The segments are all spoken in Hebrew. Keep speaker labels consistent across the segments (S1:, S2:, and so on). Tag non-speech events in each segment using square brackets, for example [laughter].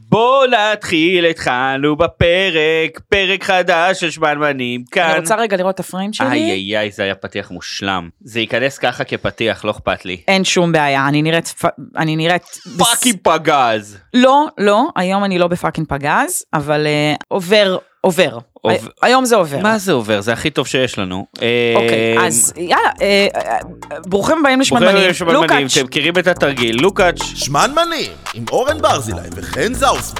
S1: בואו להתחיל, התחלנו בפרק, פרק חדש של שמנמנים
S2: אני
S1: כאן.
S2: רוצה רגע לראות את הפריים שלי.
S1: כן. איי איי איי, זה היה פתיח מושלם. זה ייכנס ככה כפתיח, לא אכפת לי.
S2: אין שום בעיה, אני נראית, פ- אני נראית... בס-
S1: פאקינג פגז.
S2: לא, לא, היום אני לא בפאקינג פגז, אבל אה, עובר, עובר.
S1: עוב-
S2: הי- היום זה עובר.
S1: מה זה עובר? זה הכי טוב שיש לנו.
S2: אוקיי,
S1: אה,
S2: אז יאללה, אה, אה, אה, ברוכים
S1: בוחרים
S2: הבאים לשמנמנים.
S1: לשמנמנים,
S2: לוקאץ',
S1: אתם מכירים את התרגיל, לוקאץ'.
S3: שמנמנים, עם אורן ברזילי וחן זאוסמן.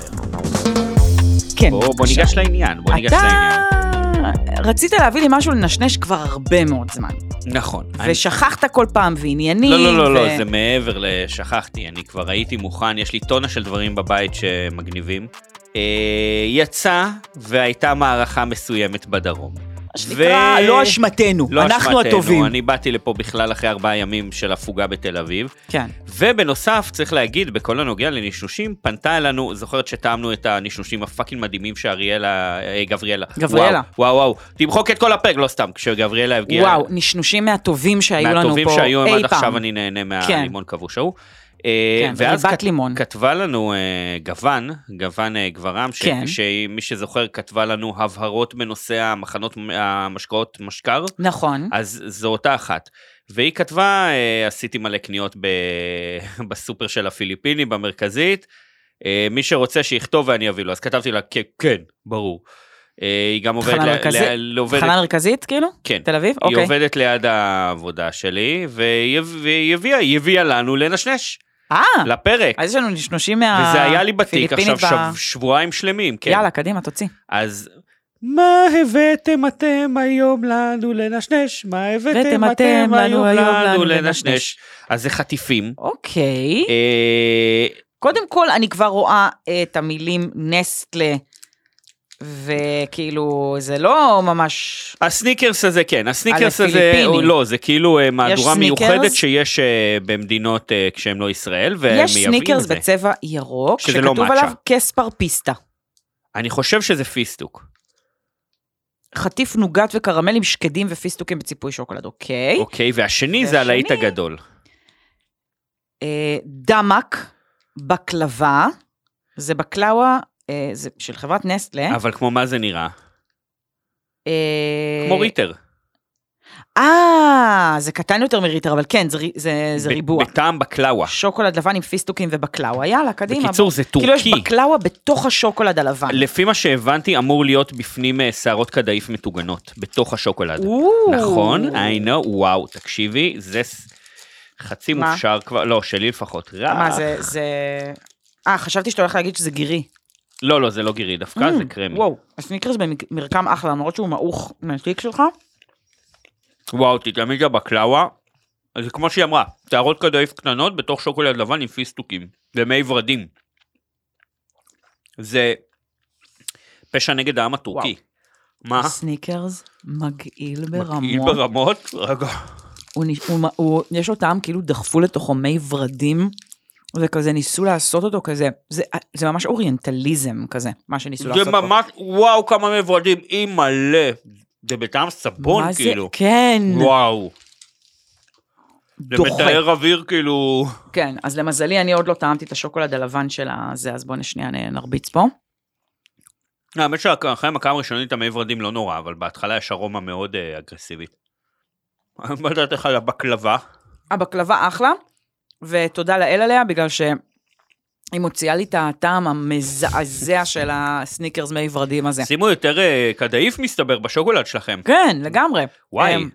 S2: כן.
S1: בוא בוא ניגש לעניין, בוא ניגש
S2: אתה
S1: לעניין.
S2: רצית להביא לי משהו לנשנש כבר הרבה מאוד זמן,
S1: נכון. אני-
S2: ושכחת כל פעם ועניינים.
S1: לא, לא,
S2: ו-
S1: לא, לא, זה מעבר לשכחתי, אני כבר הייתי מוכן, יש לי טונה של דברים בבית שמגניבים. אה, יצא והייתה מערכה מסוימת בדרום.
S2: מה שנקרא,
S1: ו-
S2: לא אשמתנו,
S1: לא
S2: אנחנו
S1: אשמתנו,
S2: הטובים.
S1: אני באתי לפה בכלל אחרי ארבעה ימים של הפוגה בתל אביב.
S2: כן.
S1: ובנוסף, צריך להגיד, בכל הנוגע לנישושים, פנתה אלינו, זוכרת שטעמנו את הנישושים הפאקינג מדהימים שאריאלה, אה, גבריאלה.
S2: גבריאלה.
S1: וואו, וואו, וואו, תמחוק את כל הפרק, לא סתם, כשגבריאלה הגיעה.
S2: וואו, נשנושים מהטובים שהיו לנו פה אי
S1: מהטובים
S2: פעם.
S1: שהיו הם עד עכשיו, אני נהנה מהלימון כבוש ההוא. אה,
S2: כן,
S1: ואז
S2: וריבת
S1: כת-
S2: לימון.
S1: כתבה לנו אה, גוון, גוון אה, גברם, ש-
S2: כן.
S1: שמי שזוכר כתבה לנו הבהרות בנושא המחנות, המשקאות משקר,
S2: נכון.
S1: אז זו אותה אחת. והיא כתבה, אה, עשיתי מלא קניות ב... [laughs] בסופר של הפיליפיני, במרכזית, אה, מי שרוצה שיכתוב ואני אביא לו. אז כתבתי לה, "כן, כן, ברור. אה, היא גם עובדת,
S2: תחנה
S1: ל-
S2: מרכזית?
S1: ל- עובדת
S2: תחנה מרכזית, כאילו?
S1: כן.
S2: תל אביב?
S1: היא
S2: אוקיי.
S1: עובדת ליד העבודה שלי, והיא והיא הביאה, היא הביאה לנו לנשנש,
S2: אה,
S1: לפרק.
S2: אז יש לנו נשנושים מה...
S1: וזה היה לי בתיק עכשיו
S2: פיליפינית
S1: שב-
S2: ב-
S1: שבועיים שלמים, כן.
S2: יאללה, קדימה, תוציא.
S1: אז... מה הבאתם אתם היום לנו לנשנש? מה הבאתם אתם היום לנו לנשנש? אז זה חטיפים.
S2: אוקיי.
S1: אה,
S2: קודם כל, אני כבר רואה את המילים נסטלה, וכאילו, זה לא ממש...
S1: הסניקרס הזה כן, הסניקרס
S2: על
S1: הזה,
S2: הפיליפיני.
S1: לא, זה כאילו אה, מהדורה
S2: סניקרס?
S1: מיוחדת שיש אה, במדינות אה, כשהם לא ישראל, והם מייבאים את
S2: יש
S1: זה.
S2: סניקרס בצבע ירוק,
S1: שזה לא
S2: שכתוב
S1: מאצ'ה.
S2: עליו קספר פיסטה.
S1: אני חושב שזה פיסטוק.
S2: חטיף נוגת וקרמל עם שקדים ופיסטוקים בציפוי שוקולד, אוקיי.
S1: אוקיי, והשני זה
S2: והשני-
S1: הלהיט הגדול.
S2: אה, דמק, בקלבה, זה בקלאווה, אה, זה של חברת נסטלה.
S1: אבל כמו מה זה נראה?
S2: אה,
S1: כמו ריטר.
S2: אה, זה קטן יותר מריטר, אבל כן, זה, רי- זה, זה
S1: ב-
S2: ריבוע.
S1: בטעם בקלאווה.
S2: שוקולד לבן עם פיסטוקים ובקלאווה, יאללה, קדימה.
S1: בקיצור, זה
S2: כאילו יש
S1: טורקי.
S2: בקלאווה בתוך השוקולד הלבן.
S1: לפי מה שהבנתי, אמור להיות בפנים אה, שערות קדאיף מטוגנות, בתוך השוקולד.
S2: וואו.
S1: נכון? I know, וואו, תקשיבי, זה ס- חצי
S2: מה?
S1: מופשר כבר, לא, שלי לפחות. רך.
S2: מה זה, זה... אה, חשבתי שאתה הולך להגיד שזה גירי.
S1: לא, לא, זה לא גירי דווקא, זה קרמי.
S2: Mm, וואו, הסניקרס במרקם אחלה, למרות שהוא מעוך מהתיק שלך.
S1: וואו, תתעמיד בקלאווה. זה כמו שהיא אמרה, שערות קדאיף קטנות בתוך שוקולד לבן עם פיסטוקים ומי ורדים. זה פשע נגד העם הטורקי. מה?
S2: סניקרס מגעיל
S1: אה? מגעיל
S2: ברמות.
S1: ברמות? רגע.
S2: הוא, נש- הוא, מ- הוא, יש לו טעם כאילו דחפו לתוכו מי ורדים, וכזה ניסו לעשות אותו כזה, זה, זה ממש אוריינטליזם כזה, מה שניסו לעשות
S1: זה ממש, וואו, כמה מי ורדים, אי מלא. זה בטעם
S2: פה.
S1: סבון,
S2: מה זה-
S1: כאילו.
S2: כן,
S1: וואו. זה
S2: דוחה.
S1: מתאר אוויר, כאילו...
S2: כן, אז למזלי אני עוד לא טעמתי את השוקולד הלבן של הזה, אז בואו שנייה נ- נרביץ פה.
S1: לא, האמת שאחרי המכה הראשונית המי ורדים לא נורא, אבל בהתחלה יש ארומה מאוד אה, אגרסיבית. [laughs] אני בדעת לך על הבקלבה.
S2: הבקלבה אחלה, ותודה לאל עליה, בגלל שהיא מוציאה לי את הטעם המזעזע של הסניקרס מי ורדים הזה.
S1: שימו יותר אה, קדאיף מסתבר בשוקולד שלכם.
S2: כן, לגמרי.
S1: וואי,
S2: אמ,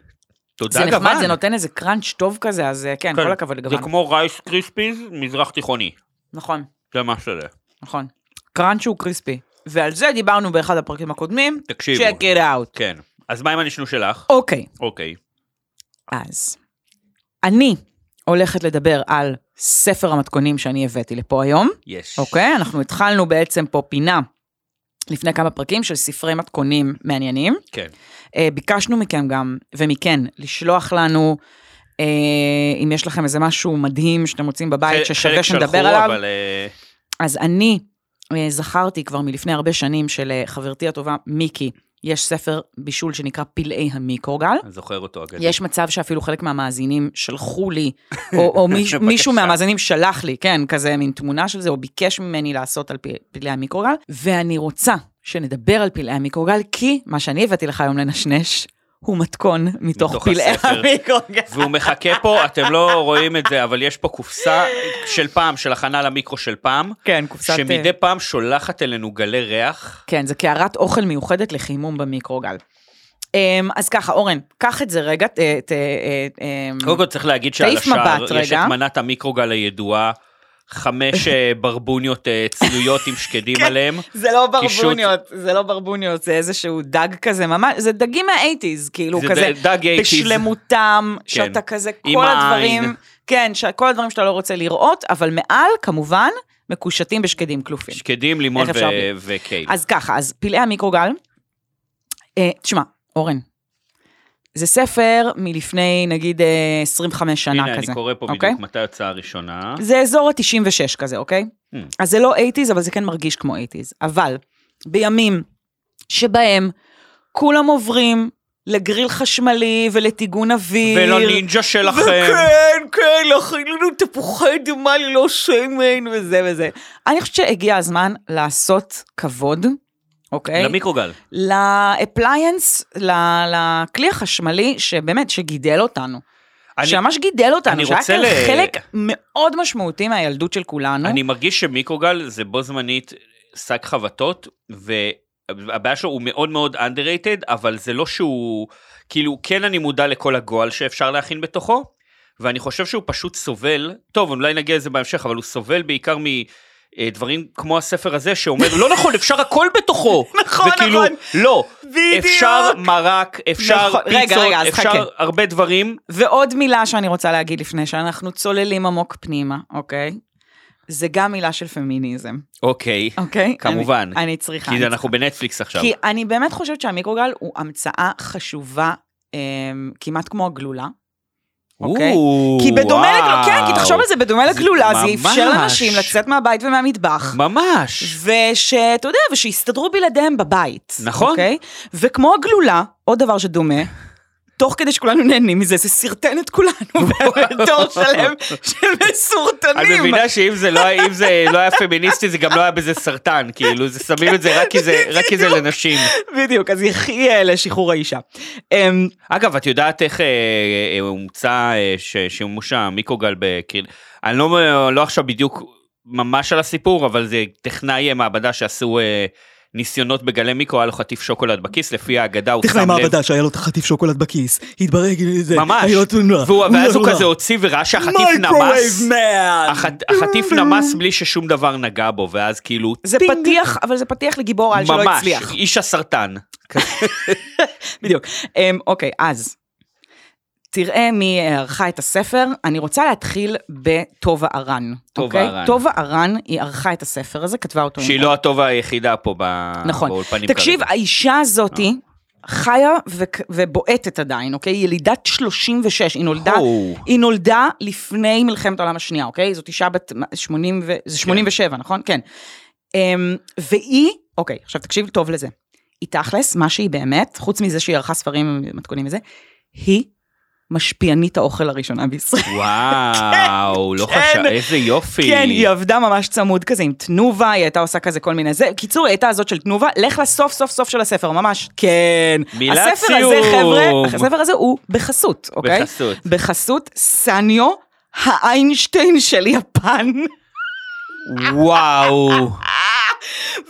S1: תודה
S2: זה
S1: גוון.
S2: נחמד, זה נותן איזה קראנץ' טוב כזה, אז אה, כן,
S1: כן,
S2: כל הכבוד
S1: זה
S2: לגוון.
S1: כמו רייס קריספיז מזרח תיכוני.
S2: נכון.
S1: זה מה שזה.
S2: נכון. קראנץ' הוא קריספי. ועל זה דיברנו באחד הפרקים הקודמים.
S1: תקשיבו.
S2: check it out.
S1: כן. אז מה עם הנשנוש שלך?
S2: אוקיי,
S1: אוקיי.
S2: אז אני הולכת לדבר על ספר המתכונים שאני הבאתי לפה היום.
S1: יש.
S2: אוקיי? אנחנו התחלנו בעצם פה פינה לפני כמה פרקים של ספרי מתכונים מעניינים.
S1: כן.
S2: אה, ביקשנו מכם גם, ומכן, לשלוח לנו, אה, אם יש לכם איזה משהו מדהים שאתם מוצאים בבית
S1: חלק-
S2: ששווה
S1: חלק
S2: שנדבר
S1: שלחו,
S2: עליו.
S1: אבל אה,
S2: אז אני אה, זכרתי כבר מלפני הרבה שנים של אה, חברתי הטובה מיקי, יש ספר בישול שנקרא פלאי המיקרוגל.
S1: אני זוכר אותו אגדי.
S2: יש מצב שאפילו חלק מהמאזינים
S1: [laughs]
S2: שלחו לי, או, או מיש,
S1: בבקשה.
S2: מישהו מהמאזינים שלח לי, כן, כזה מין תמונה של זה, או ביקש ממני לעשות על פ- פלאי המיקרוגל, ואני רוצה שנדבר על פלאי המיקרוגל, כי מה שאני הבאתי לך היום לנשנש, הוא מתכון מתוך,
S1: מתוך
S2: פלאי
S1: הספר.
S2: המיקרוגל.
S1: והוא מחכה פה,
S2: [laughs]
S1: אתם לא רואים את זה, אבל יש פה קופסה של פעם, של הכנה למיקרו של פעם,
S2: כן, קופסת... אה,
S1: שמדי פעם שולחת אלינו גלי ריח.
S2: כן, זה קערת אוכל מיוחדת לחימום במיקרוגל. אמ, אז ככה, אורן, קח את זה רגע, ת... ת אה, אמ,
S1: קודם כל צריך להגיד שעל
S2: תעיף
S1: השער יש
S2: מבט
S1: את
S2: רגע.
S1: מנת המיקרוגל הידועה, חמש
S2: [laughs]
S1: אה, ברבוניות אה, צלויות עם שקדים עליהם.
S2: זה לא
S1: קישוט.
S2: ברבוניות, זה לא ברבוניות, זה איזשהו דג כזה ממש, זה דגים מהאייטיז, כאילו
S1: זה
S2: כזה,
S1: ד- דג 80s.
S2: בשלמותם, שאתה כזה,
S1: עם
S2: כל
S1: העין.
S2: הדברים, כן, ש- כל הדברים שאתה לא רוצה לראות, אבל מעל, כמובן, מקושטים בשקדים כלופים.
S1: שקדים, לימון
S2: איך אפשר
S1: ו-
S2: בלי?
S1: וקייק.
S2: אז ככה, אז פלאי המיקרוגל, אה, תשמע, אורן, זה ספר מלפני נגיד אה, 25 שנה
S1: הנה,
S2: כזה.
S1: אני קורא פה
S2: אוקיי?
S1: בדיוק מתי יצאה הראשונה.
S2: זה אזור ה-96 כזה, אוקיי?
S1: Hmm.
S2: אז זה לא 80's, אבל זה כן מרגיש כמו 80's. אבל בימים שבהם כולם עוברים לגריל חשמלי ולטיגון אוויר.
S1: ולנינג'ה שלכם.
S2: וכן, כן, אכילנו תפוחי אדמה ללא שמן וזה וזה. אני חושבת שהגיע הזמן לעשות כבוד, אוקיי?
S1: למיקרוגל.
S2: לאפליינס, ל- לכלי החשמלי, שבאמת, שגידל אותנו.
S1: אני-
S2: שממש גידל
S1: אני
S2: אותנו, שהיה
S1: רוצה
S2: כאן
S1: ל-
S2: חלק מאוד משמעותי מהילדות של כולנו.
S1: אני מרגיש שמיקרוגל זה בו זמנית שק חבטות, והבעיה שלו הוא מאוד מאוד underrated, אבל זה לא שהוא, כאילו, כן אני מודע לכל הגועל שאפשר להכין בתוכו, ואני חושב שהוא פשוט סובל, טוב, אולי נגיע לזה בהמשך, אבל הוא סובל בעיקר מ... אה, דברים כמו הספר הזה שאומר לא נכון אפשר הכל בתוכו
S2: [laughs] נכון,
S1: וכאילו
S2: נכון.
S1: לא
S2: בדיוק.
S1: אפשר מרק אפשר
S2: נכון. רגע,
S1: פיצות
S2: רגע, אז חכה.
S1: אפשר הרבה דברים
S2: ועוד מילה שאני רוצה להגיד לפני שאנחנו צוללים עמוק פנימה, אוקיי? זה גם מילה של פמיניזם,
S1: אוקיי
S2: אוקיי?
S1: כמובן.
S2: אני, אני צריכה.
S1: כי
S2: אני
S1: אנחנו בנטפליקס עכשיו
S2: כי אני באמת חושבת שהמיקרוגל הוא המצאה חשובה אמ, כמעט כמו הגלולה. אוקיי.
S1: או,
S2: כי בדומה
S1: וואו.
S2: לגלולה, כן, כי תחשוב על זה, בדומה
S1: זה
S2: לגלולה, זה
S1: ממש.
S2: אפשר לאנשים לצאת מהבית ומהמטבח.
S1: ממש.
S2: ושאתה יודע, ושיסתדרו בלעדיהם בבית.
S1: נכון.
S2: אוקיי? וכמו הגלולה, עוד דבר שדומה, תוך כדי שכולנו נהנים מזה, זה סרטן את
S1: [laughs]
S2: כולנו, דור שלם של
S1: את
S2: מסורטנים.
S1: מבינה שאם זה לא היה- אם זה לא היה פמיניסטי זה גם לא היה בזה סרטן כאילו זה שמים את זה רק כי
S4: [laughs]
S1: זה רק כי זה לנשים.
S2: בדיוק, אז יחי אה, לשחרור האישה. אמ,
S1: אגב את יודעת איך אה, אה, הומצא אה, ש- שימוש המיקרוגל בקריל. אני לא לא עכשיו בדיוק ממש על הסיפור אבל זה טכנאי מעבדה שעשו אה, ניסיונות בגלי מיקרו היה לו חטיף שוקולד בכיס לפי האגדה הוא
S4: טכנאי
S1: שם לב.
S4: מעבדה שהיה לו את החטיף שוקולד בכיס, התברג עם זה,
S1: ממש.
S4: היה לו תלונה,
S1: והוא- ואז הוא
S4: תלונה.
S1: כזה הוציא וראה שהחטיף נמס.
S4: מייקרווייב מן!
S1: החט- החטיף נמס בלי ששום דבר נגע בו, ואז כאילו,
S2: זה
S1: טינג,
S2: פתיח, אבל זה פתיח לגיבור על שלא
S1: ממש,
S2: הצליח. כן.
S1: איש הסרטן.
S2: בדיוק. אמ, אוקיי, אז תראה מי ערכה את הספר. אני רוצה להתחיל בטובה ארן.
S1: טובה
S2: אוקיי?
S1: ארן.
S2: טובה ארן, היא ערכה את הספר הזה, כתבה אותו. עם
S1: שהיא לא הטובה היחידה פה ב-
S2: נכון.
S1: באולפנים
S2: תקשיב,
S1: כרגע. אה.
S2: האישה הזאתי חיה וכ- ובועטת עדיין, אוקיי? היא ילידת 36, היא נולדה...
S1: או.
S2: היא נולדה לפני מלחמת העולם השנייה, אוקיי? זאת אישה בת 80 ו... זה 87, נכון? כן. אמ, והיא, אוקיי, עכשיו תקשיב טוב לזה. היא תכלס, מה שהיא באמת, חוץ מזה שהיא ערכה ספרים מתכונים וזה, היא משפיענית האוכל הראשונה בישראל.
S1: וואו, לא חשב, איזה יופי.
S2: כן, היא עבדה ממש צמוד כזה עם תנובה, היא הייתה עושה כזה כל מיני זה. קיצור, היא הייתה הזאת של תנובה, לך לסוף סוף סוף של הספר, ממש. כן.
S1: מילת
S2: הספר
S1: סיום.
S2: הזה, חבר'ה, הספר הזה הוא בחסות, אוקיי?
S1: בחסות.
S2: בחסות סניו, האיינשטיין של יפן. [laughs]
S1: וואו.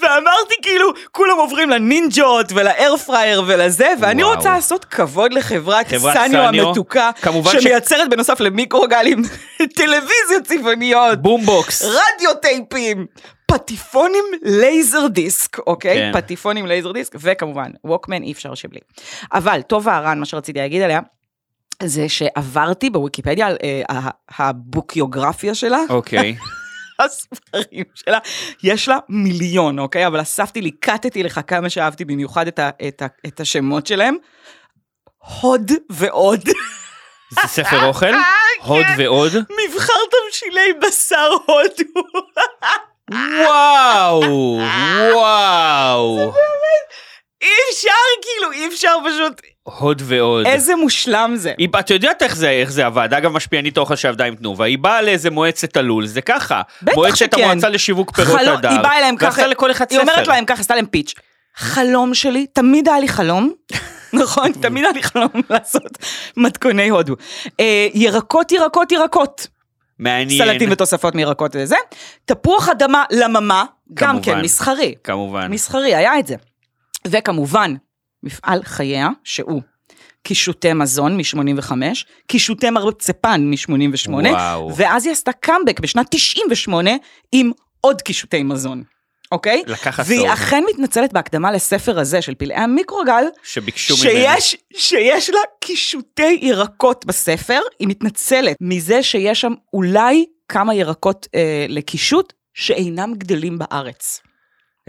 S2: ואמרתי כאילו, כולם עוברים לנינג'ות ולאיירפרייר ולזה, ואני
S1: וואו.
S2: רוצה לעשות כבוד לחברת
S1: חברת
S2: סניו
S1: סניו,
S2: המתוקה,
S1: כמובן ש-
S2: שמייצרת בנוסף למיקרוגלים [laughs] טלוויזיות צבעוניות.
S1: בומבוקס.
S2: רדיו טייפים, פטיפונים לייזר דיסק, אוקיי?
S1: כן.
S2: כן. פטיפונים לייזר דיסק, וכמובן, ווקמן אי אפשר שבלי. אבל טובה הרן, מה שרציתי להגיד עליה, זה שעברתי בוויקיפדיה על אה, ה- הבוקיוגרפיה שלה,
S1: אוקיי.
S2: [laughs] הספרים שלה, יש לה מיליון, אוקיי? אבל אספתי לי, קטתי לך כמה שאהבתי, במיוחד את, ה, את, ה, את השמות שלהם. הוד ועוד, [laughs]
S1: זה ספר
S2: אה,
S1: אוכל?
S2: כן.
S1: הוד ועוד?
S2: מבחר תמשילי בשר הודו. [laughs]
S1: וואו. וואו.
S2: אי אפשר כאילו, אי אפשר פשוט,
S1: הוד ועוד.
S2: איזה מושלם זה.
S1: היא, בא- את יודעת איך זה, איך זה עבד, אגב משפיענית אוכל שעבדה עם תנובה, היא באה לאיזה מועצת הלול, זה ככה.
S2: בטח
S1: מועצת
S2: שכן.
S1: המועצה לשיווק פירות
S2: חלום-
S1: הדר.
S2: היא באה אליהם ככה,
S1: ועשתה לכל אחד
S2: היא
S1: ספר.
S2: אומרת להם ככה, עשתה להם פיץ'. חלום שלי, תמיד היה לי
S1: [laughs]
S2: חלום, נכון? תמיד היה לי חלום [laughs] לעשות מתכוני הודו. אה, ירקות, ירקות, ירקות.
S1: מעניין.
S2: סלטים ותוספות מירקות וזה. תפוח אדמה לממה,
S1: כמובן.
S2: גם כן מסחרי.
S1: כמובן.
S2: מסחרי, היה את זה. וכמובן, מפעל חייה, שהוא קישוטי מזון מ-85, קישוטי מרצפן מ-88,
S1: וואו.
S2: ואז היא עשתה קאמבק בשנת 98 עם עוד קישוטי מזון, אוקיי?
S1: לקח עשור.
S2: והיא אכן מתנצלת בהקדמה לספר הזה של פלאי המיקרוגל,
S1: שביקשו ממנו.
S2: שיש, שיש לה קישוטי ירקות בספר, היא מתנצלת מזה שיש שם אולי כמה ירקות אה, לקישוט שאינם גדלים בארץ.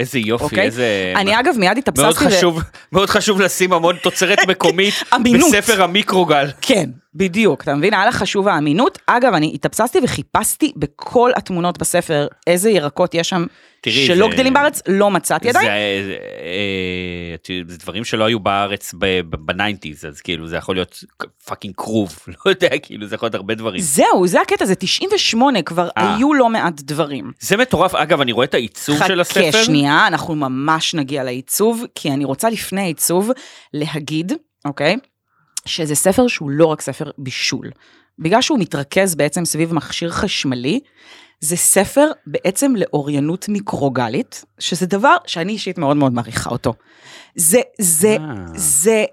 S1: איזה יופי,
S2: אוקיי?
S1: איזה...
S2: אני אגב מיד
S1: מאוד
S2: התאבססתי, ל-
S1: חשוב, מאוד חשוב לשים המון
S2: [laughs]
S1: תוצרת מקומית
S2: אמינות.
S1: בספר המיקרוגל.
S2: כן, בדיוק, אתה מבין? היה לה חשוב האמינות. אגב, אני התאבססתי וחיפשתי בכל התמונות בספר איזה ירקות יש שם
S1: תראי,
S2: שלא
S1: זה-
S2: גדלים בארץ, לא מצאתי
S1: זה,
S2: עדיין.
S1: אה, זה, אה, את יודעת, זה דברים שלא היו בארץ בניינטיז, אז כאילו זה יכול להיות פאקינג כרוב, [laughs] לא יודע, כאילו זה יכול להיות הרבה דברים.
S2: זהו, זה הקטע, זה 98, כבר
S1: אה.
S2: היו לא מעט דברים.
S1: זה מטורף, אגב, אני רואה את העיצוב של הספר.
S2: חכה שנייה, אנחנו ממש נגיע לעיצוב, כי אני רוצה לפני העיצוב להגיד, אוקיי, שזה ספר שהוא לא רק ספר בישול. בגלל שהוא מתרכז בעצם סביב מכשיר חשמלי, זה ספר בעצם לאוריינות מיקרוגלית, שזה דבר שאני אישית מאוד מאוד מעריכה אותו. זה, זה,
S1: אה.
S2: זה,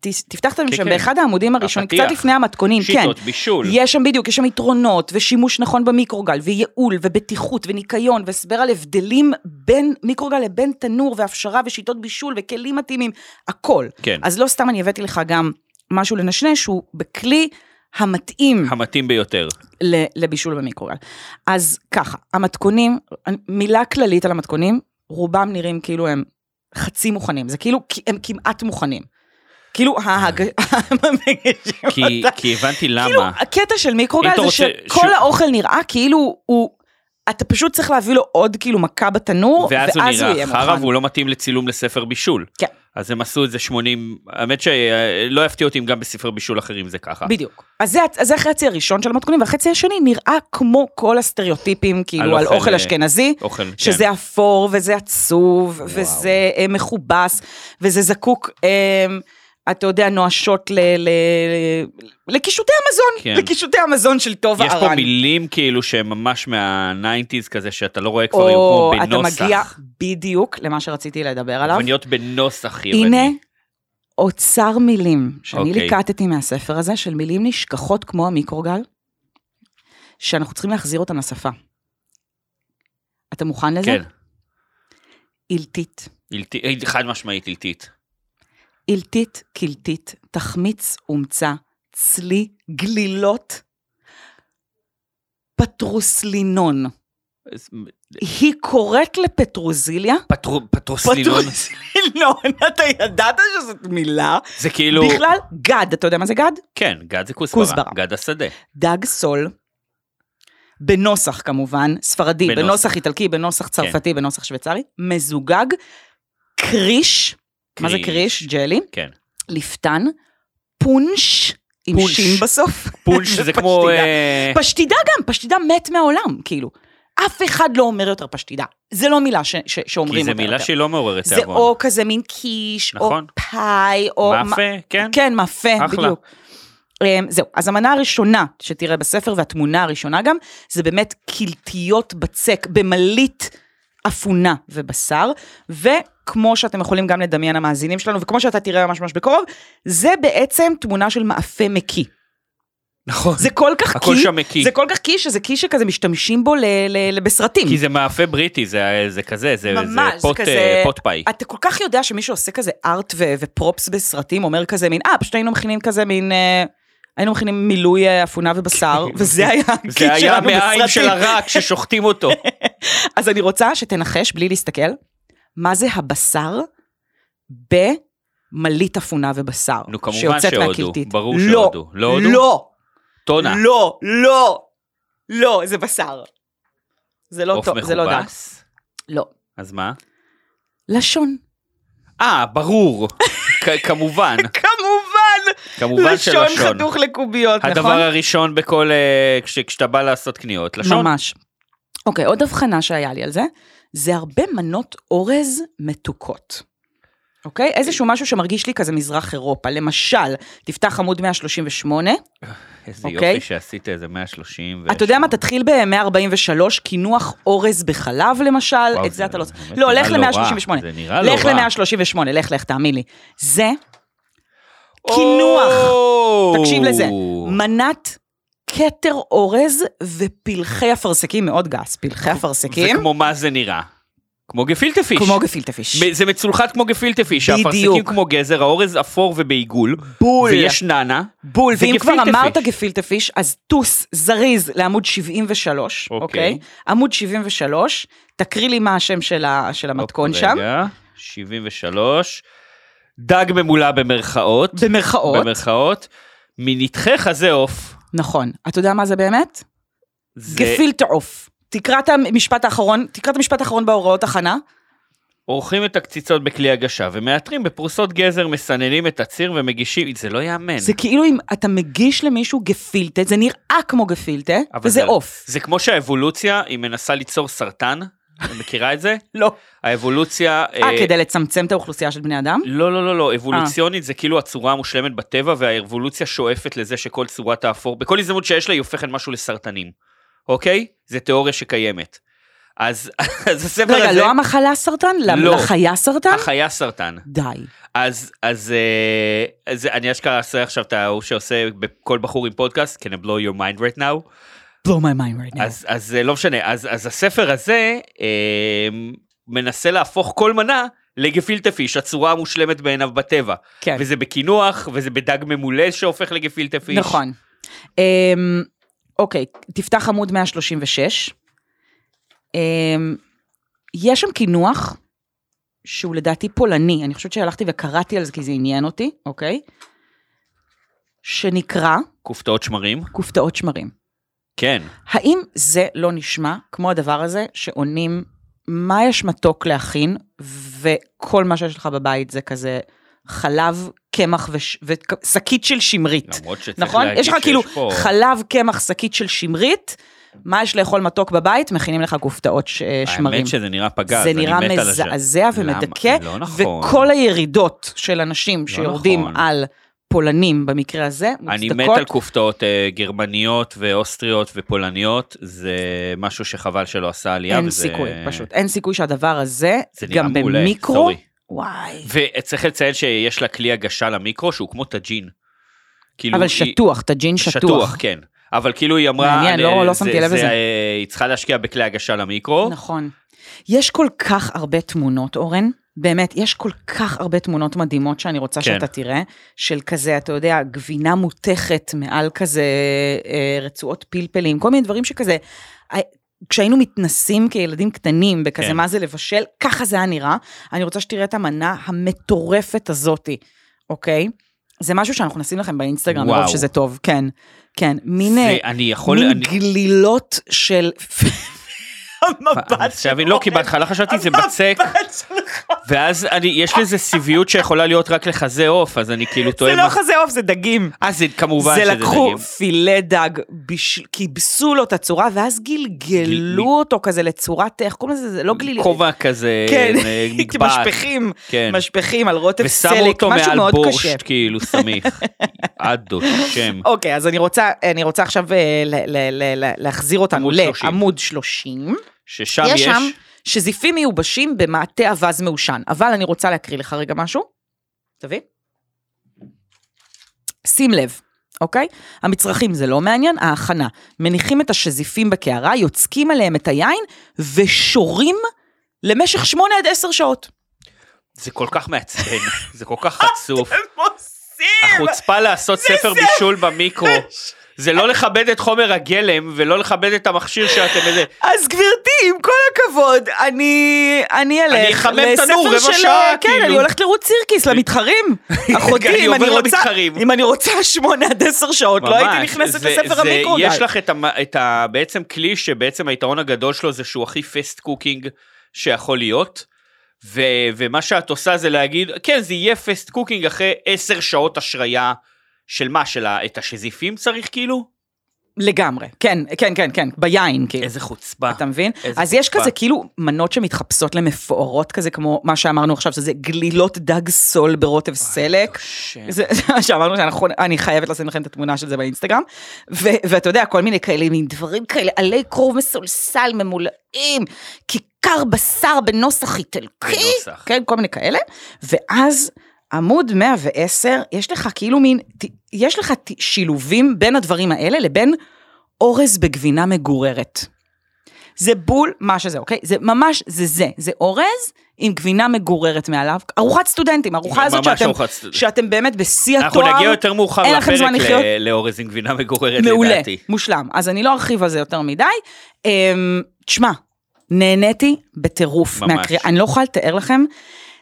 S2: ת- תפתח את
S1: כן,
S2: הממשלה,
S1: כן.
S2: באחד העמודים הראשונים, קצת
S1: הפתיח.
S2: לפני המתכונים, כן.
S1: שיטות בישול.
S2: יש שם בדיוק, יש שם יתרונות, ושימוש נכון במיקרוגל, וייעול, ובטיחות, וניקיון, והסבר על הבדלים בין מיקרוגל לבין תנור, והפשרה, ושיטות בישול, וכלים מתאימים, הכל.
S1: כן.
S2: אז לא סתם אני הבאתי לך גם משהו לנשנש, שהוא בכלי המתאים
S1: המתאים ביותר.
S2: ל- לבישול במיקרוגל. אז ככה, המתכונים, מילה כללית על המתכונים, רובם נראים כאילו הם חצי מוכנים, זה כאילו כי- הם כמעט מוכנים. כאילו ההג... [laughs] המגישים
S1: כי,
S2: אותה-
S1: כי הבנתי
S2: כאילו,
S1: למה.
S2: הקטע של
S1: אם
S2: מיקרוגל
S1: אתה
S2: זה
S1: רוצה
S2: שכל
S1: ש-
S2: האוכל נראה כאילו הוא... אתה פשוט צריך להביא לו עוד כאילו מכה בתנור,
S1: ואז הוא
S2: יהיה
S1: נראה חרא
S2: מוכן.
S1: והוא לא מתאים לצילום לספר בישול.
S2: כן.
S1: אז הם עשו את זה 80, האמת שלא יפתיע אותי אם גם בספרי בישול אחרים זה ככה.
S2: בדיוק. אז זה, אז זה החצי הראשון של המתכונים, והחצי השני נראה כמו כל הסטריאוטיפים,
S1: על
S2: כאילו על
S1: אוכל,
S2: אוכל
S1: אה, כן.
S2: אשכנזי,
S1: אוכל,
S2: שזה אפור, וזה עצוב, וזה אה, מכובס, וזה זקוק, אה, אתה יודע, נואשות ל- ל- לקישוטי המזון,
S1: כן.
S2: לקישוטי המזון של טוב
S1: יש
S2: הרן.
S1: פה מילים כאילו שהן ממש מהניינטיז כזה, שאתה לא רואה כבר היום,
S2: או
S1: כמו
S2: אתה
S1: בנוסח.
S2: מגיע בדיוק למה שרציתי לדבר עליו.
S1: עגבניות בנוסח יווני.
S2: הנה אוצר מילים, שאני
S1: אוקיי.
S2: ליקטתי מהספר הזה, של מילים נשכחות כמו המיקרוגל, שאנחנו צריכים להחזיר אותן לשפה. אתה מוכן לזה?
S1: כן,
S2: אילתית.
S1: אילתי- אי, חד משמעית אילתית.
S2: אילתית, קלתית, תחמיץ, אומצה, צלי, גלילות, פטרוסלינון.
S1: אז-
S2: היא קוראת לפטרוזיליה? [laughs]
S1: פטרו- פטרוסלינון,
S2: פטרוסלינון, אתה ידעת שזאת מילה?
S1: [laughs] זה כאילו,
S2: בכלל, גד, אתה יודע מה זה גד?
S1: כן, גד זה כוסברה,
S2: כוסברה.
S1: גד השדה.
S2: [laughs] דג סול, בנוסח כמובן, ספרדי,
S1: בנוסח. כן.
S2: בנוסח, בנוסח איטלקי, בנוסח צרפתי, בנוסח שוויצרי, מזוגג, קריש, מה זה קריש? ג'לי,
S1: כן.
S2: לפתן, פונש, עם
S1: פונש.
S2: שין בסוף.
S1: פונש
S2: [laughs]
S1: זה כמו,
S2: פשטידה.
S1: אה,
S2: פשטידה גם, פשטידה מת מהעולם, כאילו. אף אחד לא אומר יותר פשטידה. זה לא מילה ש- ש-
S1: כי
S2: שאומרים
S1: זו
S2: אותה
S1: מילה
S2: יותר.
S1: שהיא לא מעוררת
S2: זה
S1: תיאבון.
S2: או כזה מין קיש,
S1: נכון.
S2: או פאי, או...
S1: מאפה, כן.
S2: כן, מאפה,
S1: אחלה.
S2: בדיוק. אמ, זהו, אז המנה הראשונה שתראה בספר, והתמונה הראשונה גם, זה באמת קלטיות בצק במלית אפונה ובשר, וכמו שאתם יכולים גם לדמיין המאזינים שלנו, וכמו שאתה תראה ממש ממש בקרוב, זה בעצם תמונה של מאפה מקיא.
S1: נכון.
S2: זה כל כך
S1: הכל
S2: קיא,
S1: שם מקיא.
S2: זה כל כך קיא, שזה קיא שכזה משתמשים בו ל- ל- ל- בסרטים.
S1: כי זה מאפה בריטי, זה זה כזה, זה זה
S2: ממש, זה
S1: פוט,
S2: כזה-
S1: אה, פוט פאי.
S2: אתה כל כך יודע שמי שעושה כזה ארט ו- ופרופס בסרטים אומר כזה מין, אה, פשוט היינו מכינים כזה מין, אה, היינו מכינים מילוי אה, אפונה ובשר, וזה היה
S1: כן. [laughs] זה
S2: הקיט
S1: היה
S2: שלנו
S1: המעיים של
S2: בסרטים.
S1: הרק ששוחטים
S2: [laughs]
S1: אותו.
S2: אז אני רוצה שתנחש, בלי להסתכל, מה זה הבשר במלית אפונה ובשר.
S1: נו, כמובן
S2: שיוצאת
S1: שהודו,
S2: מהקלטית.
S1: ברור
S2: לא,
S1: שהודו. לא הודו?
S2: לא,
S1: טונה.
S2: לא, לא, לא, זה בשר. זה לא
S1: עוף
S2: טוב, זה לא דק.
S1: מכובס.
S2: לא.
S1: אז מה?
S2: לשון.
S1: אה, ברור. [laughs] כ- כמובן,
S2: כמובן,
S1: כמובן
S2: לשון
S1: שלשון.
S2: חתוך לקוביות,
S1: הדבר
S2: נכון?
S1: הראשון בכל, אה, כש- כשאתה בא לעשות קניות, לשון.
S2: ממש. אוקיי, עוד הבחנה שהיה לי על זה, זה הרבה מנות אורז מתוקות. אוקיי? איזשהו משהו שמרגיש לי כזה מזרח אירופה. למשל, תפתח עמוד 138,
S1: איזה
S2: אוקיי.
S1: יופי שעשית איזה 130. ו-
S2: אתה יודע מה, תתחיל ב-143, קינוח אורז בחלב למשל,
S1: וואו,
S2: את זה אתה לא...
S1: באמת
S2: לא,
S1: נראה
S2: לך
S1: רע.
S2: ל-138.
S1: זה נראה לא רע.
S2: לך ל-138, לך, לך, תאמין לי. זה קינוח.
S1: או!
S2: תקשיב לזה. מנת כתר אורז ופלחי אפרסקים, מאוד גס, פלחי
S1: זה
S2: אפרסקים,
S1: כמו מה זה נראה. כמו גפילטע פיש.
S2: כמו גפילטה פיש.
S1: מ- זה מצולחת כמו גפילטע פיש, האפרסקים
S2: בדיוק.
S1: כמו גזר, האורז אפור ובעיגול,
S2: בול.
S1: ויש נאנה.
S2: בול,
S1: זה
S2: ואם כבר
S1: גפילטע
S2: אמרת
S1: פיש.
S2: גפילטה פיש, אז טוס זריז לעמוד 73,
S1: אוקיי.
S2: אוקיי? עמוד 73, תקריא לי מה השם של ה- של המתכון
S1: אופ,
S2: שם.
S1: אוקיי, רגע, 73. דג ממולא במרכאות.
S2: במרכאות,
S1: במרכאות. מנתחי חזה עוף.
S2: נכון. אתה יודע מה זה באמת?
S1: זה
S2: גפילטה עוף. תקרא את המשפט האחרון, תקרא את המשפט האחרון בהוראות הכנה.
S1: עורכים את הקציצות בכלי הגשה ומאתרים בפרוסות גזר, מסננים את הציר ומגישים, זה לא יאמן.
S2: זה כאילו אם אתה מגיש למישהו גפילטה, זה נראה כמו גפילטה,
S1: אבל
S2: וזה
S1: זה-
S2: עוף.
S1: זה כמו שהאבולוציה, היא מנסה ליצור סרטן, את מכירה את זה?
S2: לא.
S1: האבולוציה...
S2: אה, כדי לצמצם את האוכלוסייה של בני אדם?
S1: לא, לא, לא,
S2: אה.
S1: לא, אבולוציונית זה כאילו הצורה המושלמת בטבע, והאבולוציה שואפת לזה שכל צורה תהפוך, בכל הזדמנות שיש לה היא הופכת משהו לסרטנים, אוקיי? זה תיאוריה שקיימת. אז, [laughs] אז הספר
S2: רגע,
S1: הזה,
S2: לא המחלה סרטן? למ-
S1: לא.
S2: לחיה סרטן?
S1: החיה סרטן.
S2: די.
S1: אז, אז, אה, אז אני אשכרה עושה עכשיו את ההוא שעושה בכל בחור עם פודקאסט, can I blow your mind right now?
S2: blow my mind right now.
S1: אז, אז אה, לא משנה, אז, אז הספר הזה אה, מנסה להפוך כל מנה לגפילטע פיש, הצורה המושלמת בעיניו בטבע.
S2: כן.
S1: וזה בקינוח, וזה בדג ממולא שהופך לגפילטע פיש.
S2: נכון. אמ, אוקיי, תפתח עמוד 136. אמ, יש שם קינוח שהוא לדעתי פולני, אני חושבת שהלכתי וקראתי על זה כי זה עניין אותי, אוקיי? שנקרא
S1: כופתאות שמרים?
S2: כופתאות שמרים.
S1: כן.
S2: האם זה לא נשמע כמו הדבר הזה שעונים מה יש מתוק להכין, וכל מה שיש לך בבית זה כזה חלב, קמח וש- ושקית של שמרית.
S1: למרות שצריך
S2: נכון?
S1: להגיד
S2: יש לך
S1: שיש
S2: כאילו
S1: פה...
S2: חלב, קמח, שקית של שמרית, מה יש לאכול מתוק בבית? מכינים לך כופתאות ש- שמרים.
S1: האמת שזה נראה פגז,
S2: זה
S1: אני
S2: נראה
S1: מת על הז'אנר.
S2: מזעזע ומדכא,
S1: למה? לא נכון.
S2: וכל הירידות של אנשים שיורדים
S1: נכון.
S2: על פולנים במקרה הזה,
S1: אני
S2: מוצדקות.
S1: מת על כופתאות אה, גרמניות ואוסטריות ופולניות, זה משהו שחבל שלא עשה עלייה.
S2: אין
S1: וזה-
S2: סיכוי, פשוט. אין סיכוי שהדבר הזה,
S1: זה נראה
S2: גם
S1: מעולה,
S2: במיקרו,
S1: סורי.
S2: וואי.
S1: וצריך לציין שיש לה כלי הגשה למיקרו שהוא כמו טאג'ין. כאילו
S2: אבל
S1: היא-
S2: שטוח, טאג'ין שטוח.
S1: כן. אבל כאילו היא אמרה,
S2: מעניין,
S1: אני-
S2: לא- לא
S1: זה-
S2: שמתי לב
S1: זה,
S2: לזה.
S1: אה, היא צריכה להשקיע בכלי הגשה למיקרו.
S2: נכון. יש כל כך הרבה תמונות, אורן. באמת, יש כל כך הרבה תמונות מדהימות שאני רוצה
S1: כן.
S2: כן. שאתה תראה, של כזה, אתה יודע, גבינה מותכת מעל כזה אה, רצועות פלפלים, כל מיני דברים שכזה, אה, כשהיינו מתנסים כילדים קטנים בכזה
S1: כן.
S2: כן. מה זה לבשל, ככה זה היה נראה. אני רוצה שתראה את המנה המטורפת הזאתי, אוקיי? זה משהו שאנחנו נשים לכם באינסטגרם,
S1: וואו.
S2: מרוב שזה טוב, כן, כן. מין, אה,
S1: זה- אני יכול,
S2: מין
S1: אני-
S2: גלילות
S1: [laughs]
S2: של... המבט
S1: אז שתבין,
S2: אוקיי.
S1: לא, כי
S2: [laughs]
S1: בהתחלה חשבתי זה בצק, ואז אני, יש לזה סיביות שיכולה להיות רק לחזה עוף, אז אני כאילו
S2: זה
S1: טועה.
S2: לא
S1: מה-
S2: חזה עוף, זה דגים.
S1: אה, זה כמובן
S2: זה
S1: שזה
S2: לקחו
S1: דגים.
S2: פילה דג, בש- כיבסו לו את הצורה, ואז
S1: גל-
S2: גלגלו אותו כזה לצורת, איך קוראים לזה? זה לא גלילי. [laughs]
S1: כובע כזה,
S2: כן, [laughs]
S1: אה, מגבעת,
S2: משפכים,
S1: כן.
S2: משפכים על רוטב
S1: ושמו
S2: סלק,
S1: אותו
S2: משהו
S1: מעל
S2: מאוד קשה.
S1: בורשט, כאילו
S2: [laughs]
S1: סמיך. עדו, שם.
S2: אוקיי, אז אני רוצה, אני רוצה עכשיו אה, ל- ל- ל- ל- להחזיר אותנו
S1: עמוד 30.
S2: לעמוד 30.
S1: ששם
S2: יש
S1: יש,
S2: שם שזיפים מיובשים במעטה אווז מעושן. אבל אני רוצה להקריא לך רגע משהו. תביא. שים לב, אוקיי? המצרכים זה לא מעניין, ההכנה. מניחים את השזיפים בקערה, יוצקים עליהם את היין ושורים למשך שמונה עד עשר שעות.
S1: זה כל כך מעצבן, זה כל כך חצוף. החוצפה לעשות ספר בישול
S2: [laughs]
S1: במיקרו. זה לא לכבד את חומר הגלם ולא לכבד את המכשיר שאתם איזה...
S2: אז גברתי, עם כל הכבוד, אני, אני אלך
S1: אני אחמם תנור רבע
S2: של...
S1: שעה,
S2: כן,
S1: כאילו.
S2: אני הולכת לרוץ סירקיס
S1: [laughs]
S2: למתחרים. אחותי,
S1: אני
S2: אם אני
S1: עובר
S2: רוצה...
S1: למתחרים.
S2: אם אני רוצה שמונה עד עשר שעות, לא הייתי נכנסת
S1: זה-
S2: לספר
S1: זה-
S2: המיקרו. די.
S1: יש לך את, המ, את ה, בעצם כלי שבעצם היתרון הגדול שלו זה שהוא הכי פסט קוקינג שיכול להיות. ו, ומה שאת עושה זה להגיד, כן, זה יהיה פסט קוקינג אחרי עשר שעות השריה של מה? של ה, את השזיפים צריך כאילו?
S2: לגמרי. כן, כן, כן, כן, ביין, כאילו.
S1: איזה חוצפה.
S2: אתה מבין?
S1: איזה
S2: אז יש
S1: חוצפה.
S2: כזה כאילו מנות שמתחפשות למפוארות כזה, כמו מה שאמרנו עכשיו, שזה גלילות דג סול ברוטב סלק.
S1: השם.
S2: זה זה [laughs] מה שאמרנו שאנחנו, אני חייבת לשים לכם את התמונה של זה באינסטגרם. ו, ואתה יודע, כל מיני כאלה, מין דברים כאלה, עלי כרוב מסולסל ממולאים, כיכר בשר בנוסח איטלקי.
S1: בנוסח.
S2: כן, כל מיני כאלה. ואז עמוד 110, יש לך כאילו מין, ת- יש לך ת- שילובים בין הדברים האלה לבין אורז בגבינה מגוררת. זה בול מה שזה, אוקיי? זה ממש, זה זה. זה אורז עם גבינה מגוררת מעליו. ארוחת סטודנטים, ארוחה הזאת
S1: ממש
S2: שאתם,
S1: ארוחת סטודנט.
S2: שאתם באמת בשיא
S1: אנחנו
S2: התואר.
S1: נגיע יותר מאוחר
S2: אין לכם זמן
S1: לפרק
S2: לחיות.
S1: ל- לאורז עם גבינה מגוררת
S2: מעולה,
S1: לדעתי.
S2: מושלם. אז אני לא ארחיב על זה יותר מדי. אמ, תשמע, נהניתי בטירוף
S1: ממש.
S2: מהקריאה, אני לא יכולה לתאר לכם.